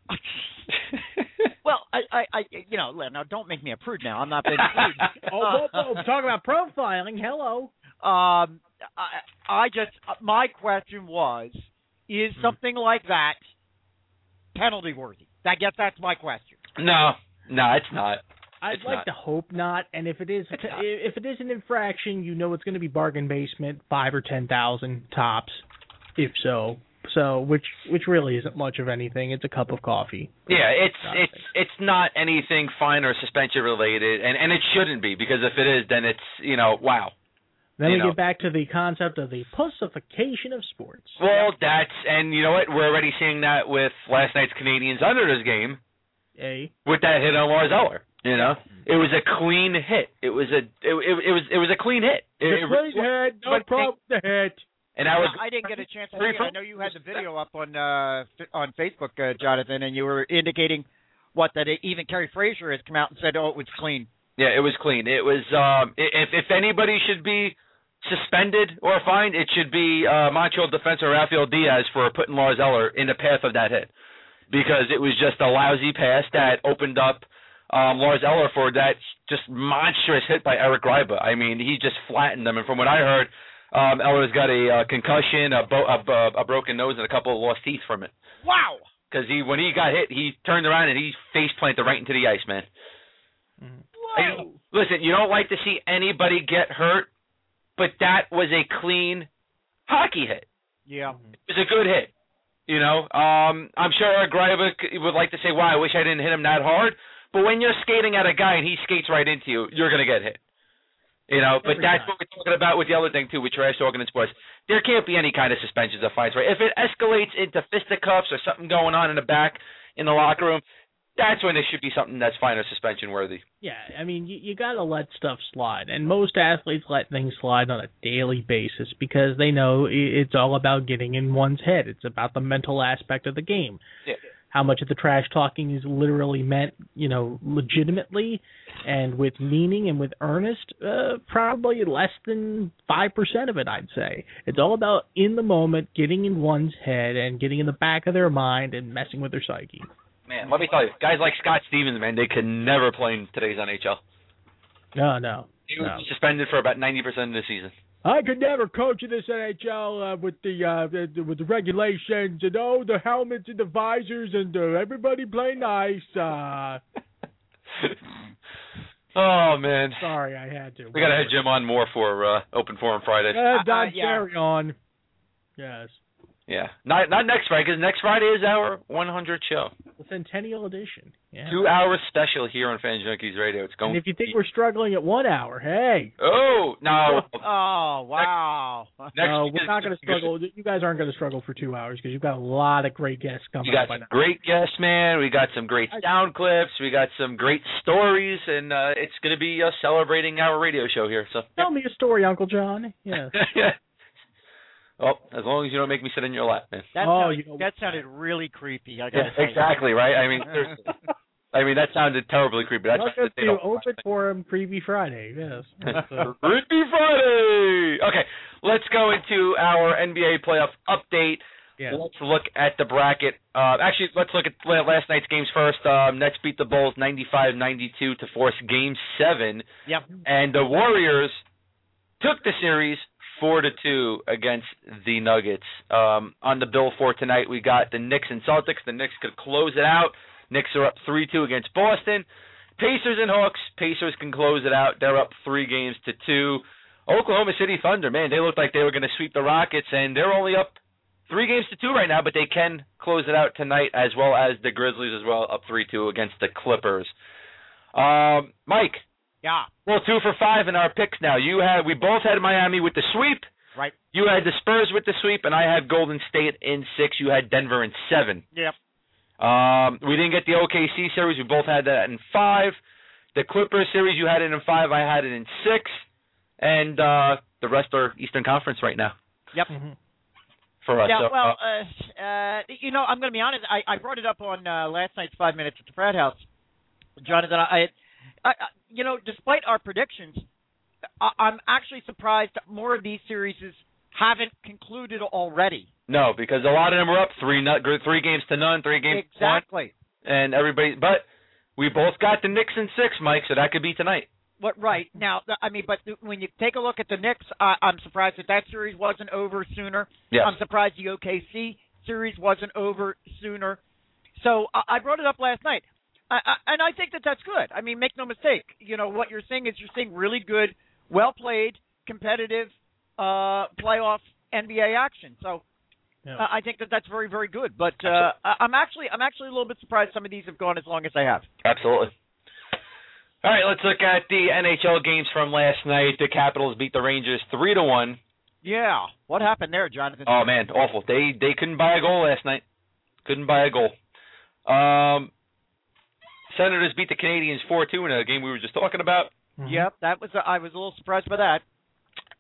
well, I, I, I, you know, now don't make me a prude. Now I'm not being a prude.
Oh, whoa, whoa, talk about profiling. Hello.
Um, I, I just uh, my question was, is
Mm-hmm.
something like that penalty worthy? I guess that's my question.
no, no, it's not.
I'd
It's
like
not.
to hope not. And if it is,
It's not.
if it is an infraction, you know it's going to be bargain basement, five or ten thousand tops, if so. So, which which really isn't much of anything. It's a cup of coffee.
Yeah, it's
Not
it's it's not anything fine or suspension related, and and it shouldn't be because if it is, then it's you know wow.
Then
You
we
know.
get back to the concept of the pussification of sports.
Well, that's and you know what? We're already seeing that with last night's Canadians Islanders game
A
with that hit on Lars Eller. You know, it was a clean hit. It was a it, it, it was it was a clean hit. It- it-
head,
no but- problem
the head.
and that was
I didn't get a chance to see
Three
it. I
from-
know you had the video up on uh, f- on Facebook, uh, Jonathan, and you were indicating what that it, even Kerry Frazier has come out and said, "Oh, it was clean."
Yeah, it was clean. It was um i- if if anybody should be suspended or fined, it should be uh Montreal defenseman Rafael Diaz for putting Lars Eller in the path of that hit. Because it was just a lousy pass that opened up um Lars Eller for that just monstrous hit by Eric Greiba. I mean, he just flattened them and from what I heard, um Eller's got a uh, concussion, a, bo- a bo- a broken nose and a couple of lost teeth from it
Wow.
because he when he got hit, he turned around and he face planted right into the ice, man.
Mm.
I-
Whoa.
listen, you don't like to see anybody get hurt, but that was a clean hockey hit.
Yeah.
It was a good hit. You know, um, I'm sure Eric Greiva c- would like to say, "Wow, I wish I didn't hit him that hard." But when you're skating at a guy and he skates right into you, you're gonna get hit. You know, but
Every
that's
time.
what we're talking about with the other thing too, with trash talking in sports. There can't be any kind of suspensions or fines, right? If it escalates into fisticuffs or something going on in the back in the locker room, that's when there should be something that's fine or suspension worthy.
Yeah, I mean, you, you got to let stuff slide, and most athletes let things slide on a daily basis because they know i- it's all about getting in one's head. It's about the mental aspect of the game.
Yeah.
How much of the trash talking is literally meant, you know, legitimately and with meaning and with earnest? Uh, probably less than five percent of it, I'd say. It's all about in the moment, getting in one's head and getting in the back of their mind and messing with their psyche.
Man, let me tell you, guys like Scott Stevens, man, they can never play in today's NHL.
No, no.
He was
No.
suspended for about ninety percent of the season.
I could never coach in this NHL uh, with the uh, the- with the regulations and oh the helmets and the visors and uh, everybody play nice. Uh,
oh man,
sorry, I had to.
we gotta have Jim on more for uh, Open Forum Friday.
Uh,
Uh,
Don
yeah.
Cherry on. Yes,
Yeah, not not next Friday, 'cause next Friday is our one hundred show,
the centennial edition. Yeah.
two hour special here on Fan Junkies Radio. It's
And
going.
if you think we're struggling at one hour, hey,
oh no,
Oh wow.
next
no,
week
Uh, we're
is-
not going to struggle. You guys aren't going to struggle for two hours because you've got a lot of great guests coming
You got
up by
some
now.
great guests, man. We got some great sound clips. We got some great stories, and uh, it's going to be uh, celebrating our radio show here. So
Tell me a story, Uncle John. Yes.
well, as long as you don't make me sit in your lap, man.
That,
Oh,
sounded,
you know-
that sounded really creepy. I gotta
Yeah,
say.
exactly, right? I mean, seriously. I mean, that sounded terribly creepy. That's
Welcome
they
to
don't watch
Open Forum Creepy Friday. Yes. That's, uh,
Creepy Friday. Okay, let's go into our NBA playoff update.
Yeah.
Let's look at the bracket. Uh, actually, let's look at la- last night's games first. Um, Nets beat the Bulls 95-92 to force Game Seven,
Yep.
and the Warriors took the series four to two against the Nuggets. Um, on the bill for tonight, we got the Knicks and Celtics. The Knicks could close it out. Knicks are up three two against Boston. Pacers and Hawks. Pacers can close it out. They're up three games to two. Oklahoma City Thunder, man, they looked like they were going to sweep the Rockets, and they're only up three games to two right now, but they can close it out tonight, as well as the Grizzlies as well, up three two against the Clippers. Um, Mike,
Yeah.
well, two for five in our picks now. You had we both had Miami with the sweep.
Right.
You had the Spurs with the sweep, and I had Golden State in six. You had Denver in seven.
Yep.
Um, we didn't get the OKC series. We both had that in five. The Clippers series, you had it in five. I had it in six. And uh, the rest are Eastern Conference right now
Yep.
for us.
Yeah,
So,
well,
uh,
uh, uh, you know, I'm going to be honest. I, I brought it up on uh, last night's five minutes at the Pratt House, Jonathan. I, I, I you know, despite our predictions, I, I'm actually surprised that more of these series haven't concluded already.
no, because a lot of them are up three, no, three games to none, three games to one,
exactly.
and everybody. But we both got the Knicks in six, Mike. So that could be tonight.
What right now? th- I mean, but th- when you take a look at the Knicks, I, I'm surprised that that series wasn't over sooner.
Yes.
I'm surprised the OKC series wasn't over sooner. So I, I brought it up last night, I, I, and I think that that's good. I mean, make no mistake. You know what you're seeing is you're seeing really good, well played, competitive uh, playoff NBA action. So
Yeah.
uh, I think that that's very, very good. But uh, I, I'm actually, I'm actually a little bit surprised some of these have gone as long as they have.
Absolutely. All right, let's look at the NHL games from last night. The Capitals beat the Rangers three to one.
Yeah. What happened there, Jonathan?
Oh man, awful. They they couldn't buy a goal last night. Couldn't buy a goal. Um, Senators beat the Canadians four two in a game we were just talking about.
Yep, that was. I was a little surprised by that.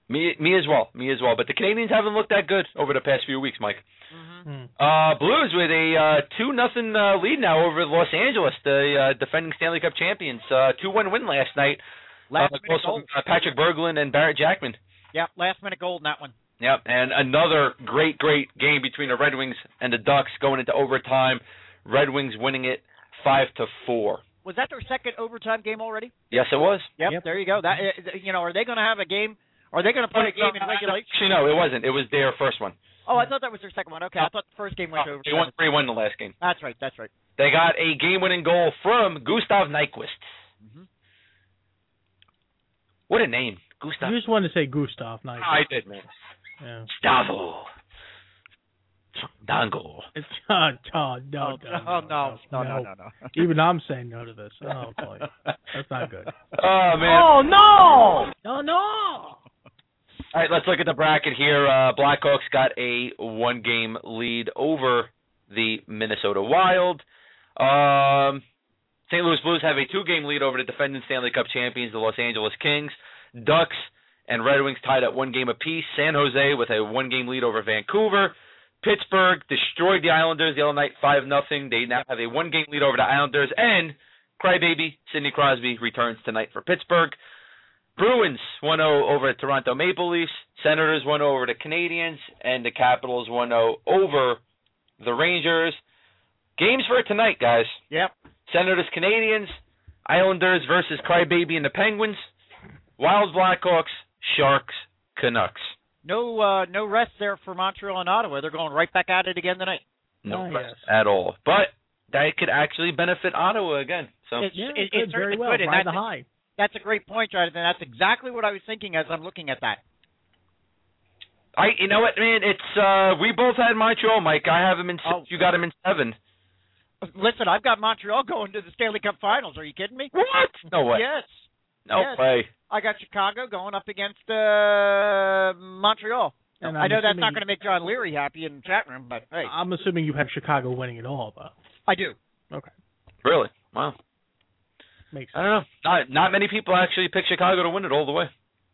Me me as well. Me as well. But the Canadians haven't looked that good over the past few weeks, Mike.
Mhm.
Uh, Blues with a uh, two nothing uh, lead now over Los Angeles, the uh, defending Stanley Cup champions. Uh, two one win last night.
Last
uh,
minute
goals
goal.
from, uh, Patrick Berglund and Barrett Jackman.
Yeah, last minute goal in that one.
Yep, and another great, great game between the Red Wings and the Ducks going into overtime. Red Wings winning it five to four.
Was that their second overtime game already?
Yes, it was.
Yep.
There you go. That uh, you know, are they going to have a game? Are they going to play a game in regulation?
Actually, no, it wasn't. It was their first one.
Oh, I thought that was their second one. Okay, I thought the first game went to
They won
overtime.
three one the last game.
That's right. That's right.
They got a game-winning goal from Gustav Nyquist.
Mhm.
What a name, Gustav.
You just wanted to say Gustav, not
I did, man.
yeah.
Gustavo. Dango.
It's, uh, no, no,
oh no, no, no, no, no.
Even I'm saying no to this. Oh boy, that's not good.
Oh man.
Oh no!
No, no.
All right, let's look at the bracket here. Uh, Blackhawks got a one-game lead over the Minnesota Wild. Um, St. Louis Blues have a two-game lead over the defending Stanley Cup champions, the Los Angeles Kings. Ducks and Red Wings tied at one game apiece. San Jose with a one-game lead over Vancouver. Pittsburgh destroyed the Islanders the other night, five nothing. They now have a one-game lead over the Islanders. And crybaby Sidney Crosby returns tonight for Pittsburgh. Bruins 1-0 over the Toronto Maple Leafs, Senators 1-0 over the Canadians, and the Capitals 1-0 over the Rangers. Games for tonight, guys.
Yep.
Senators Canadians, Islanders versus Crybaby and the Penguins, Wild Blackhawks, Sharks, Canucks.
No, uh, no rest there for Montreal and Ottawa. They're going right back at it again tonight.
No
Oh,
Ah,
rest
yes.
at all. But that could actually benefit Ottawa again. So
It's-
Yeah,
it-
it,
it
could very
certainly
well.
could, and
Ride the
that's-
high.
That's a great point, Jonathan. That's exactly what I was thinking as I'm looking at that.
I you know what, man, it's uh we both had Montreal, Mike. I have him in six,
Oh.
you got him in seven.
Listen, I've got Montreal going to the Stanley Cup Finals. Are you kidding me?
What? No way.
Yes.
No
yes.
way.
I got Chicago going up against uh Montreal.
And
I
I'm
know that's not
assuming- Uh,
going to make John Leary happy in the chat room, but hey,
I'm assuming you have Chicago winning it all, though.
I do.
Okay,
Really? Wow.
makes
I
Uh,
sense.
don't know. Not not many people actually pick Chicago to win it all the way.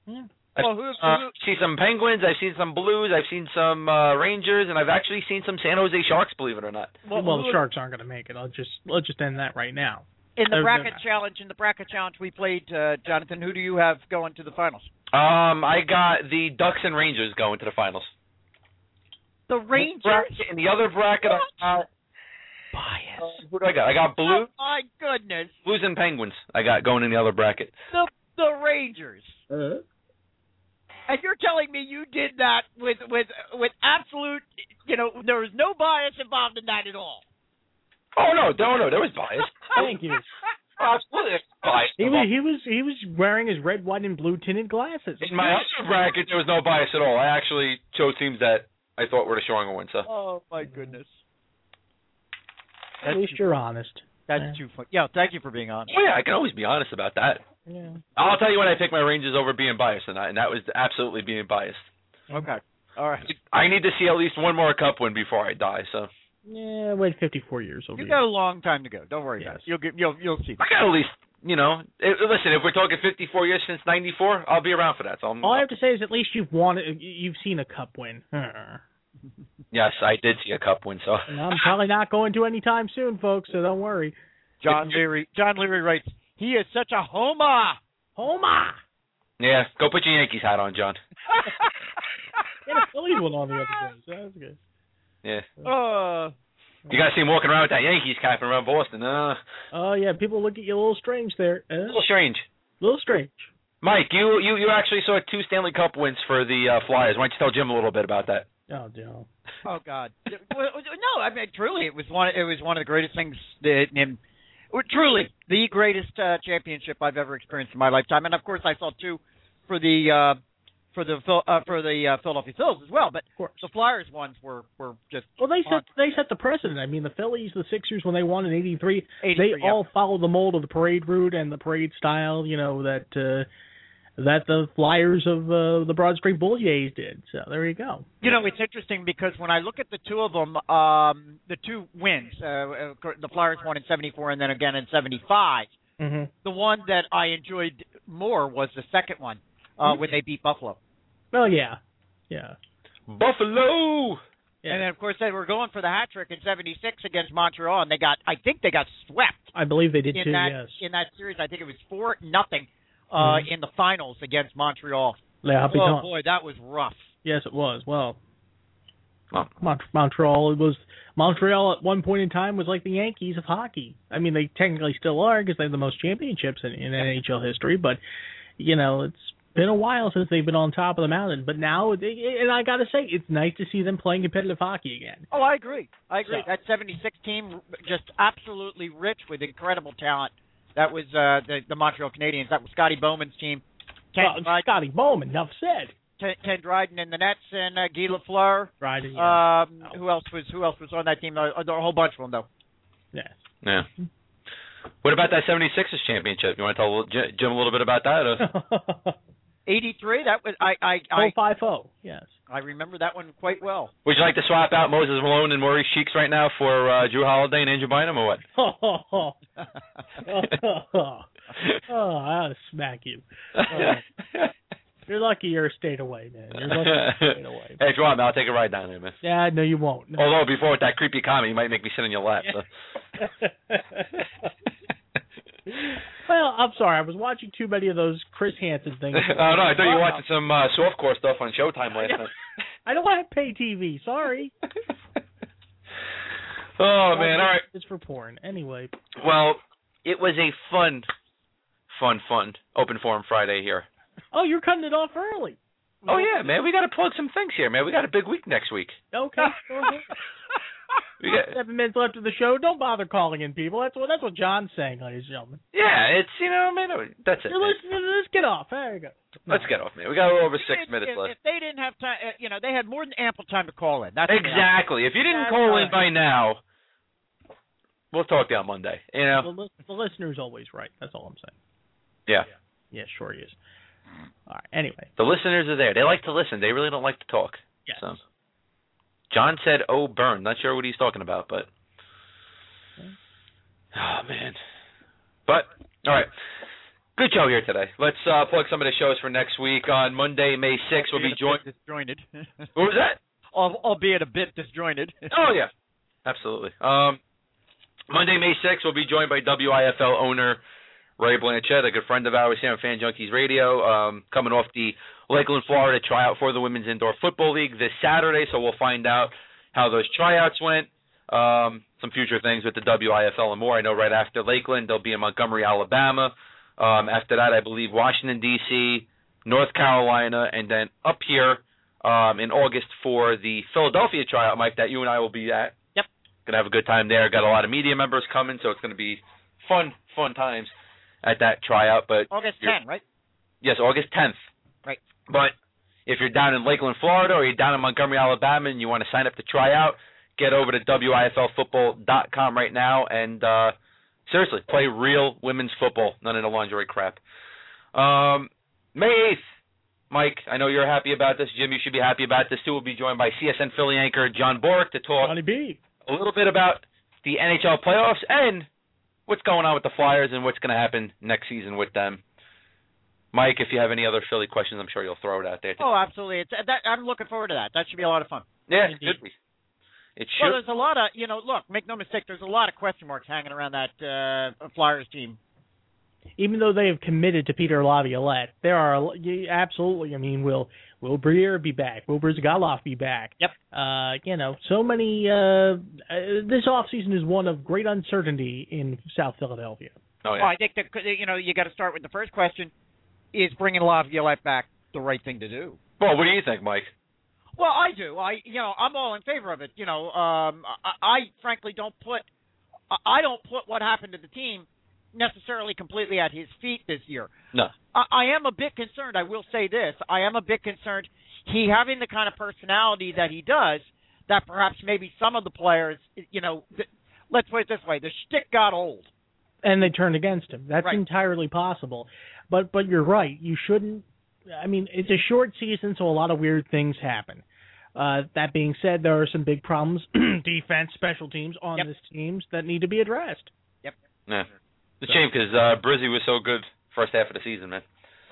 Yeah.
I
Well, who-
uh,
who-
see some Penguins, I've seen some Blues, I've seen some uh, Rangers, and I've actually seen some San Jose Sharks. Believe it or not.
Well,
who-
the Sharks aren't going to make it. I'll just let's just end that right now.
in the
they're
bracket
not.
challenge, in the bracket challenge we played, uh, Jonathan, who do you have going to the finals?
Um, I got the Ducks and Rangers going to the finals.
The Rangers.
bracket and the other bracket. I got, uh,
Bias.
who do I got? I got
Oh
Blues,
my goodness.
Blues and Penguins. I got going in the other bracket.
The the Rangers.
Uh,
And you're telling me you did that with with with absolute you know, there was no bias involved in that at all.
Oh no, no, no, there was bias.
Thank you.
Oh, Absolutely, there was bias.
He was he was he was wearing his red, white, and blue tinted glasses.
In my other bracket, there was no bias at all. I actually chose teams that I thought were the stronger ones. So.
Oh my goodness.
At least you're honest.
That's too funny. Yeah, thank you for being on.
Oh yeah, I can always be honest about that.
Yeah.
I'll tell you when I picked my Rangers over being biased, and, I, and that was absolutely being biased.
Okay. All right.
I need to see at least one more cup win before I die. So
Yeah, wait 54 years. I'll
You
be-
got a long time to go. Don't worry about it.
Yes.
You'll get you'll you'll see.
I got at least, you know, it, listen. If we're talking 54 years since '94, I'll be around for that. So I'm,
All I have to say is at least you've won. You've seen a cup win. Uh,
yes, I did see a cup win. So
and I'm probably not going to anytime soon, folks. So don't worry.
John Leary John Leary writes, He is such a homer.
Homa.
yeah, go put your Yankees hat on, John.
Get a Phillies one on the other day. So that's good.
Yeah,
Uh
you gotta see him walking around with that Yankees cap around Boston. Uh,
Oh yeah, people look at you a little strange there.
a
Uh,
little strange.
little strange.
Mike, you you you actually saw two Stanley Cup wins for the uh, Flyers. Why don't you tell Jim a little bit about that?
Oh no.
Oh God! Well, no, I mean truly, it was one. It was one of the greatest things that, and well, truly the greatest uh, championship I've ever experienced in my lifetime. And of course, I saw two for the uh, for the Phil- uh, for the uh, Philadelphia Phillies as well. But
Of course.
the Flyers ones were were just
Well, they set they set the precedent. I mean, the Phillies, the Sixers, when they won in '83, they
83, yeah.
all followed the mold of the parade route and the parade style. You know that uh, that the Flyers of uh, the Broad Street Bullies did. So there you go.
You know, it's interesting because when I look at the two of them, um, the two wins, uh, of course, the Flyers won in '74 and then again in '75.
Mm-hmm.
The one that I enjoyed more was the second one uh,
Mm-hmm.
when they beat Buffalo.
Well, yeah, yeah.
Buffalo.
Yeah.
And then, of course, they were going for the hat trick in '76 against Montreal, and they got, I think, they got swept
I believe they did
in
too.
that
yes.
in that series. I think it was four nothing uh,
Mhm.
in the finals against Montreal.
Le Happy
oh
Temps.
boy, that was rough.
Yes, it was. Well,
Mon-
Mont- Montreal it was Montreal at one point in time was like the Yankees of hockey. I mean, they technically still are because they have the most championships in, in NHL history. But you know, it's been a while since they've been on top of the mountain. But now, they, and I got to say, it's nice to see them playing competitive hockey again.
Oh, I agree. I agree.
So-
That '76 team just absolutely rich with incredible talent. That was uh, the the Montreal Canadiens. That was Scotty Bowman's team. Ken,
Well, Scotty Bowman, enough said.
Ken, Ken Dryden in the nets and uh, Guy Lafleur.
Right. Yeah.
Um, who else was who else was on that team? Uh, there were a whole bunch of them though.
yeah.
Yeah. What about that 76ers championship? You want to tell a little- J- Jim a little bit about that? Uh, Or?
'83. That was I I I,
Full five oh. Yes.
I remember that one quite well.
Would you like to swap out Moses Malone and Maurice Cheeks right now for uh, Drew Holiday and Andrew Bynum, or what?
oh, I'll smack you. You're lucky you're stayed away, man. You're lucky you're stayed away.
Hey, if you want, I'll take a ride down there, man.
Yeah, no, you won't. No.
Although before with that creepy comment, you might make me sit on your lap. So.
well, I'm sorry. I was watching too many of those Chris Hansen things.
oh no, I thought you were watching some uh, softcore stuff on Showtime last night.
I don't have pay TV. Sorry.
Oh man, all right.
It's for porn. Anyway,
Well, it was a fun, fun, fun open forum Friday here.
oh, you're cutting it off early.
Oh yeah, man, we got to plug some things here, man. We got a big week next week.
Okay. go ahead.
We got,
Seven minutes left of the show. Don't bother calling in, people. That's what that's what John's saying, ladies and gentlemen.
yeah, it's you know, man. That's it.
You're
man.
listening to this. Get off. There you go.
Let's get off, man. We got a little over six
If-
minutes
if,
left.
If they didn't have time, uh, you know, they had more than ample time to call in. That's
Exactly. If you didn't
That's
call
all
in by
right.
now, we'll talk to you on Monday. You
The,
know.
lis- the listener's always right. That's all I'm saying.
Yeah.
Yeah, sure he is. All right. Anyway,
The listeners are there. They like to listen. They really don't like to talk.
yes.
So. John said, "Oh, burn." Not sure what he's talking about, but. Oh man. But all right. Good show here today. Let's uh, plug some of the shows for next week. On Monday, May 6th, we'll be joined.
disjointed,
What was that?
Al- albeit a bit disjointed.
Oh yeah, absolutely. Um, Monday, May 6th, we'll be joined by WIFL owner Ray Blanchett, a good friend of ours here on Fan Junkies Radio, um, coming off the Lakeland, Florida tryout for the Women's Indoor Football League this Saturday. So we'll find out how those tryouts went, um, some future things with the WIFL and more. I know right after Lakeland, they'll be in Montgomery, Alabama. Um, after that, I believe Washington, D.C., North Carolina, and then up here um, in August for the Philadelphia tryout, Mike, that you and I will be at.
Yep.
Gonna have a good time there. Got a lot of media members coming, so it's gonna be fun, fun times at that tryout. But
August
You're-
10, right?
Yes, August 10th.
Right.
But if you're down in Lakeland, Florida, or you're down in Montgomery, Alabama, and you want to sign up to try out, get over to WIFLFootball.com right now and uh, seriously play real women's football, none of the lingerie crap. Um, May 8th, Mike, I know you're happy about this. Jim, you should be happy about this too. We'll be joined by CSN Philly anchor John Bork to talk
Johnny B.
a little bit about the NHL playoffs and what's going on with the Flyers and what's going to happen next season with them. Mike, if you have any other Philly questions, I'm sure you'll throw it out there.
Oh, absolutely. It's that I'm looking forward to that. That should be a lot of fun.
yeah, it
indeed.
should be. It
Well,
should.
there's a lot of you know. Look, make no mistake. There's a lot of question marks hanging around that uh, Flyers team.
even though they have committed to Peter Laviolette, there are you- absolutely. I mean, will will Breer be back? Will Brzgalov be back?
Yep.
Uh, you know, so many. Uh, uh, this offseason is one of great uncertainty in South Philadelphia.
oh,
Well,
yeah.
I think that you know you got to start with the first question: Is bringing Laviolette back the right thing to do?
Well, what do you think, Mike?
Well, I do. I you know I'm all in favor of it. You know, um, I, I frankly don't put I- I don't put what happened to the team necessarily completely at his feet this year.
No.
I, I am a bit concerned. I will say this: I am a bit concerned. He having the kind of personality that he does, that perhaps maybe some of the players, you know, th- let's put it this way: the shtick got old.
and they turned against him. That's
Right.
entirely possible. But but you're right. You shouldn't. I mean, it's a short season, so a lot of weird things happen. Uh, that being said, there are some big problems, defense, special teams on
Yep.
this teams that need to be addressed.
Yeah. It's a shame because uh, Brizzy was so good first half of the season, man.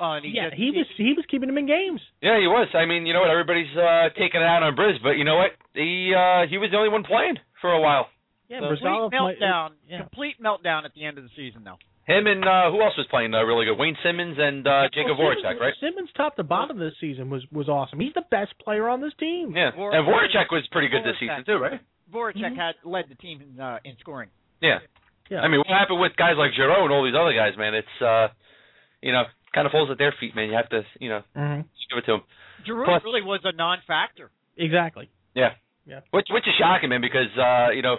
Oh, and he
Yeah,
just-
he was he was keeping them in games.
Yeah, he was. I mean, you know what? Everybody's uh, taking it out on Briz, but you know what? He uh, he was the only one playing for a while.
Yeah,
So-
complete
Brzgalov might-
meltdown.
yeah.
Complete meltdown at the end of the season, though.
Him and uh, who else was playing uh, really good? Wayne Simmons and uh, Jacob
Well,
Voracek,
Simmons-
right?
Simmons, top to bottom this season, was was awesome. He's the best player on this team.
Yeah,
Vor-
and Voracek was pretty good this
Voracek.
season too, right?
Voracek
Mhm.
had led the team in, uh, in scoring.
Yeah.
Yeah.
I mean, what happened with guys like Giroux and all these other guys, man? It's uh, you know, kind of falls at their feet, man. You have to, you know,
Mhm.
just give it to them.
Giroux
Plus-
really was a non-factor.
exactly.
Which which is shocking, man, because uh, you know,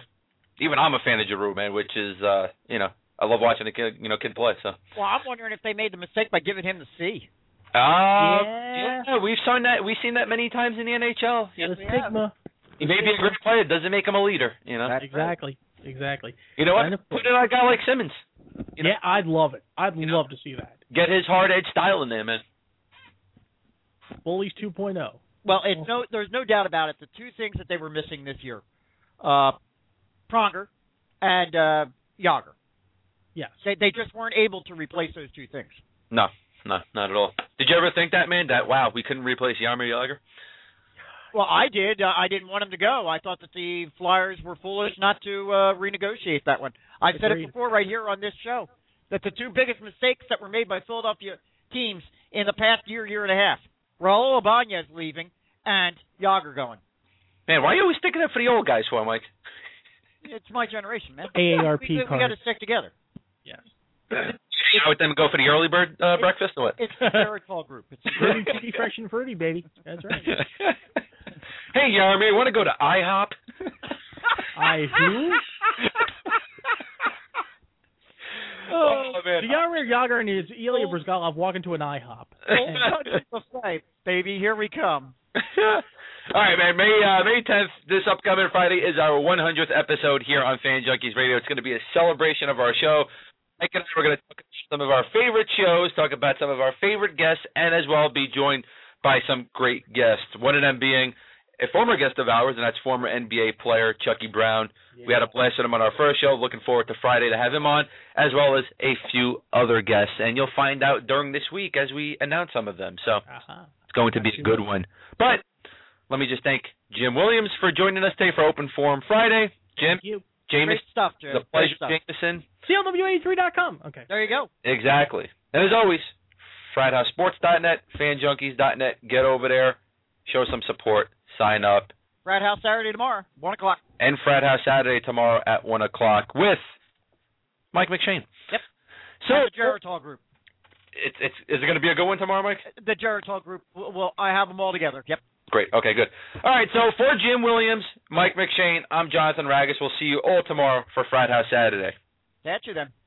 even I'm a fan of Giroux, man. Which is uh, you know, I love watching a kid, you know, kid play. So.
Well, I'm wondering if they made the mistake by giving him the C.
Uh,
Yeah.
we've seen that we've seen that many times in the NHL. You know,
the
we have.
stigma.
he may be a great player, doesn't make him a leader. You know,
Exactly. Exactly.
you know what?
Kind of-
Put in a guy like Simmons. You know-
yeah, I'd love it. I'd
You know-
love to see that.
Get his hard edge style in there, man.
Bullies oh. 2.0.
Well, it's no, there's no doubt about it. The two things that they were missing this year, uh, Pronger and uh, Yager.
Yes.
They they just weren't able to replace those two things.
No, no, not at all. Did you ever think that, man? That wow, we couldn't replace Yarmir Yager?
Well, I did. Uh, I didn't want him to go. I thought that the Flyers were foolish not to uh, renegotiate that one. I've said it
Agreed.
before right here on this show that the two biggest mistakes that were made by Philadelphia teams in the past year, year and a half, Raul Abanez leaving and Yager going.
Man, why are you always sticking up for the old guys for, Mike?
It's my generation, man.
AARP
we, we, we got
card.
to stick together.
Hang out with them and go for the early bird uh, breakfast or what?
It's the Jared Fall group. It's
Fruity, fruity, fresh and fruity, baby. That's right.
hey, Yarmir, want to go to IHOP?
I who?
oh, man.
So Yarmir Yager and his Ilya Brzgalov walk into an IHOP.
buffet, baby. Here we come.
All right, man. May uh, May tenth, this upcoming Friday is our 100th episode here on Fan Junkies Radio. It's going to be a celebration of our show. Mike and I are going to talk about some of our favorite shows, talk about some of our favorite guests, and as well be joined by some great guests. One of them being a former guest of ours, and that's former NBA player Chucky Brown. We had a blast with him on our first show. Looking forward to Friday to have him on, as well as a few other guests. And you'll find out during this week as we announce some of them. So
Uh-huh.
it's going to be a good one. But let me just thank Jim Williams for joining us today for Open Forum Friday. Jim,
Thank you.
James,
Great stuff, Joe.
the
Great
pleasure
stuff.
Jameson.
CLW83.com. Okay.
There you go.
Exactly. And as always, FratHouseSports.net, FanJunkies.net. Get over there, show some support, sign up,
Brad House Saturday tomorrow, one o'clock.
and Frat House Saturday tomorrow at one o'clock with Mike McShane.
Yep.
So
At the Geritol group.
it's it's is it going to be a good one tomorrow, Mike?
The Geritol group. w- Well, I have them all together. Yep.
Great. Okay, good. All right. So for Jim Williams, Mike McShane, I'm Jonathan Ragus. We'll see you all tomorrow for Frat House Saturday.
That's you then.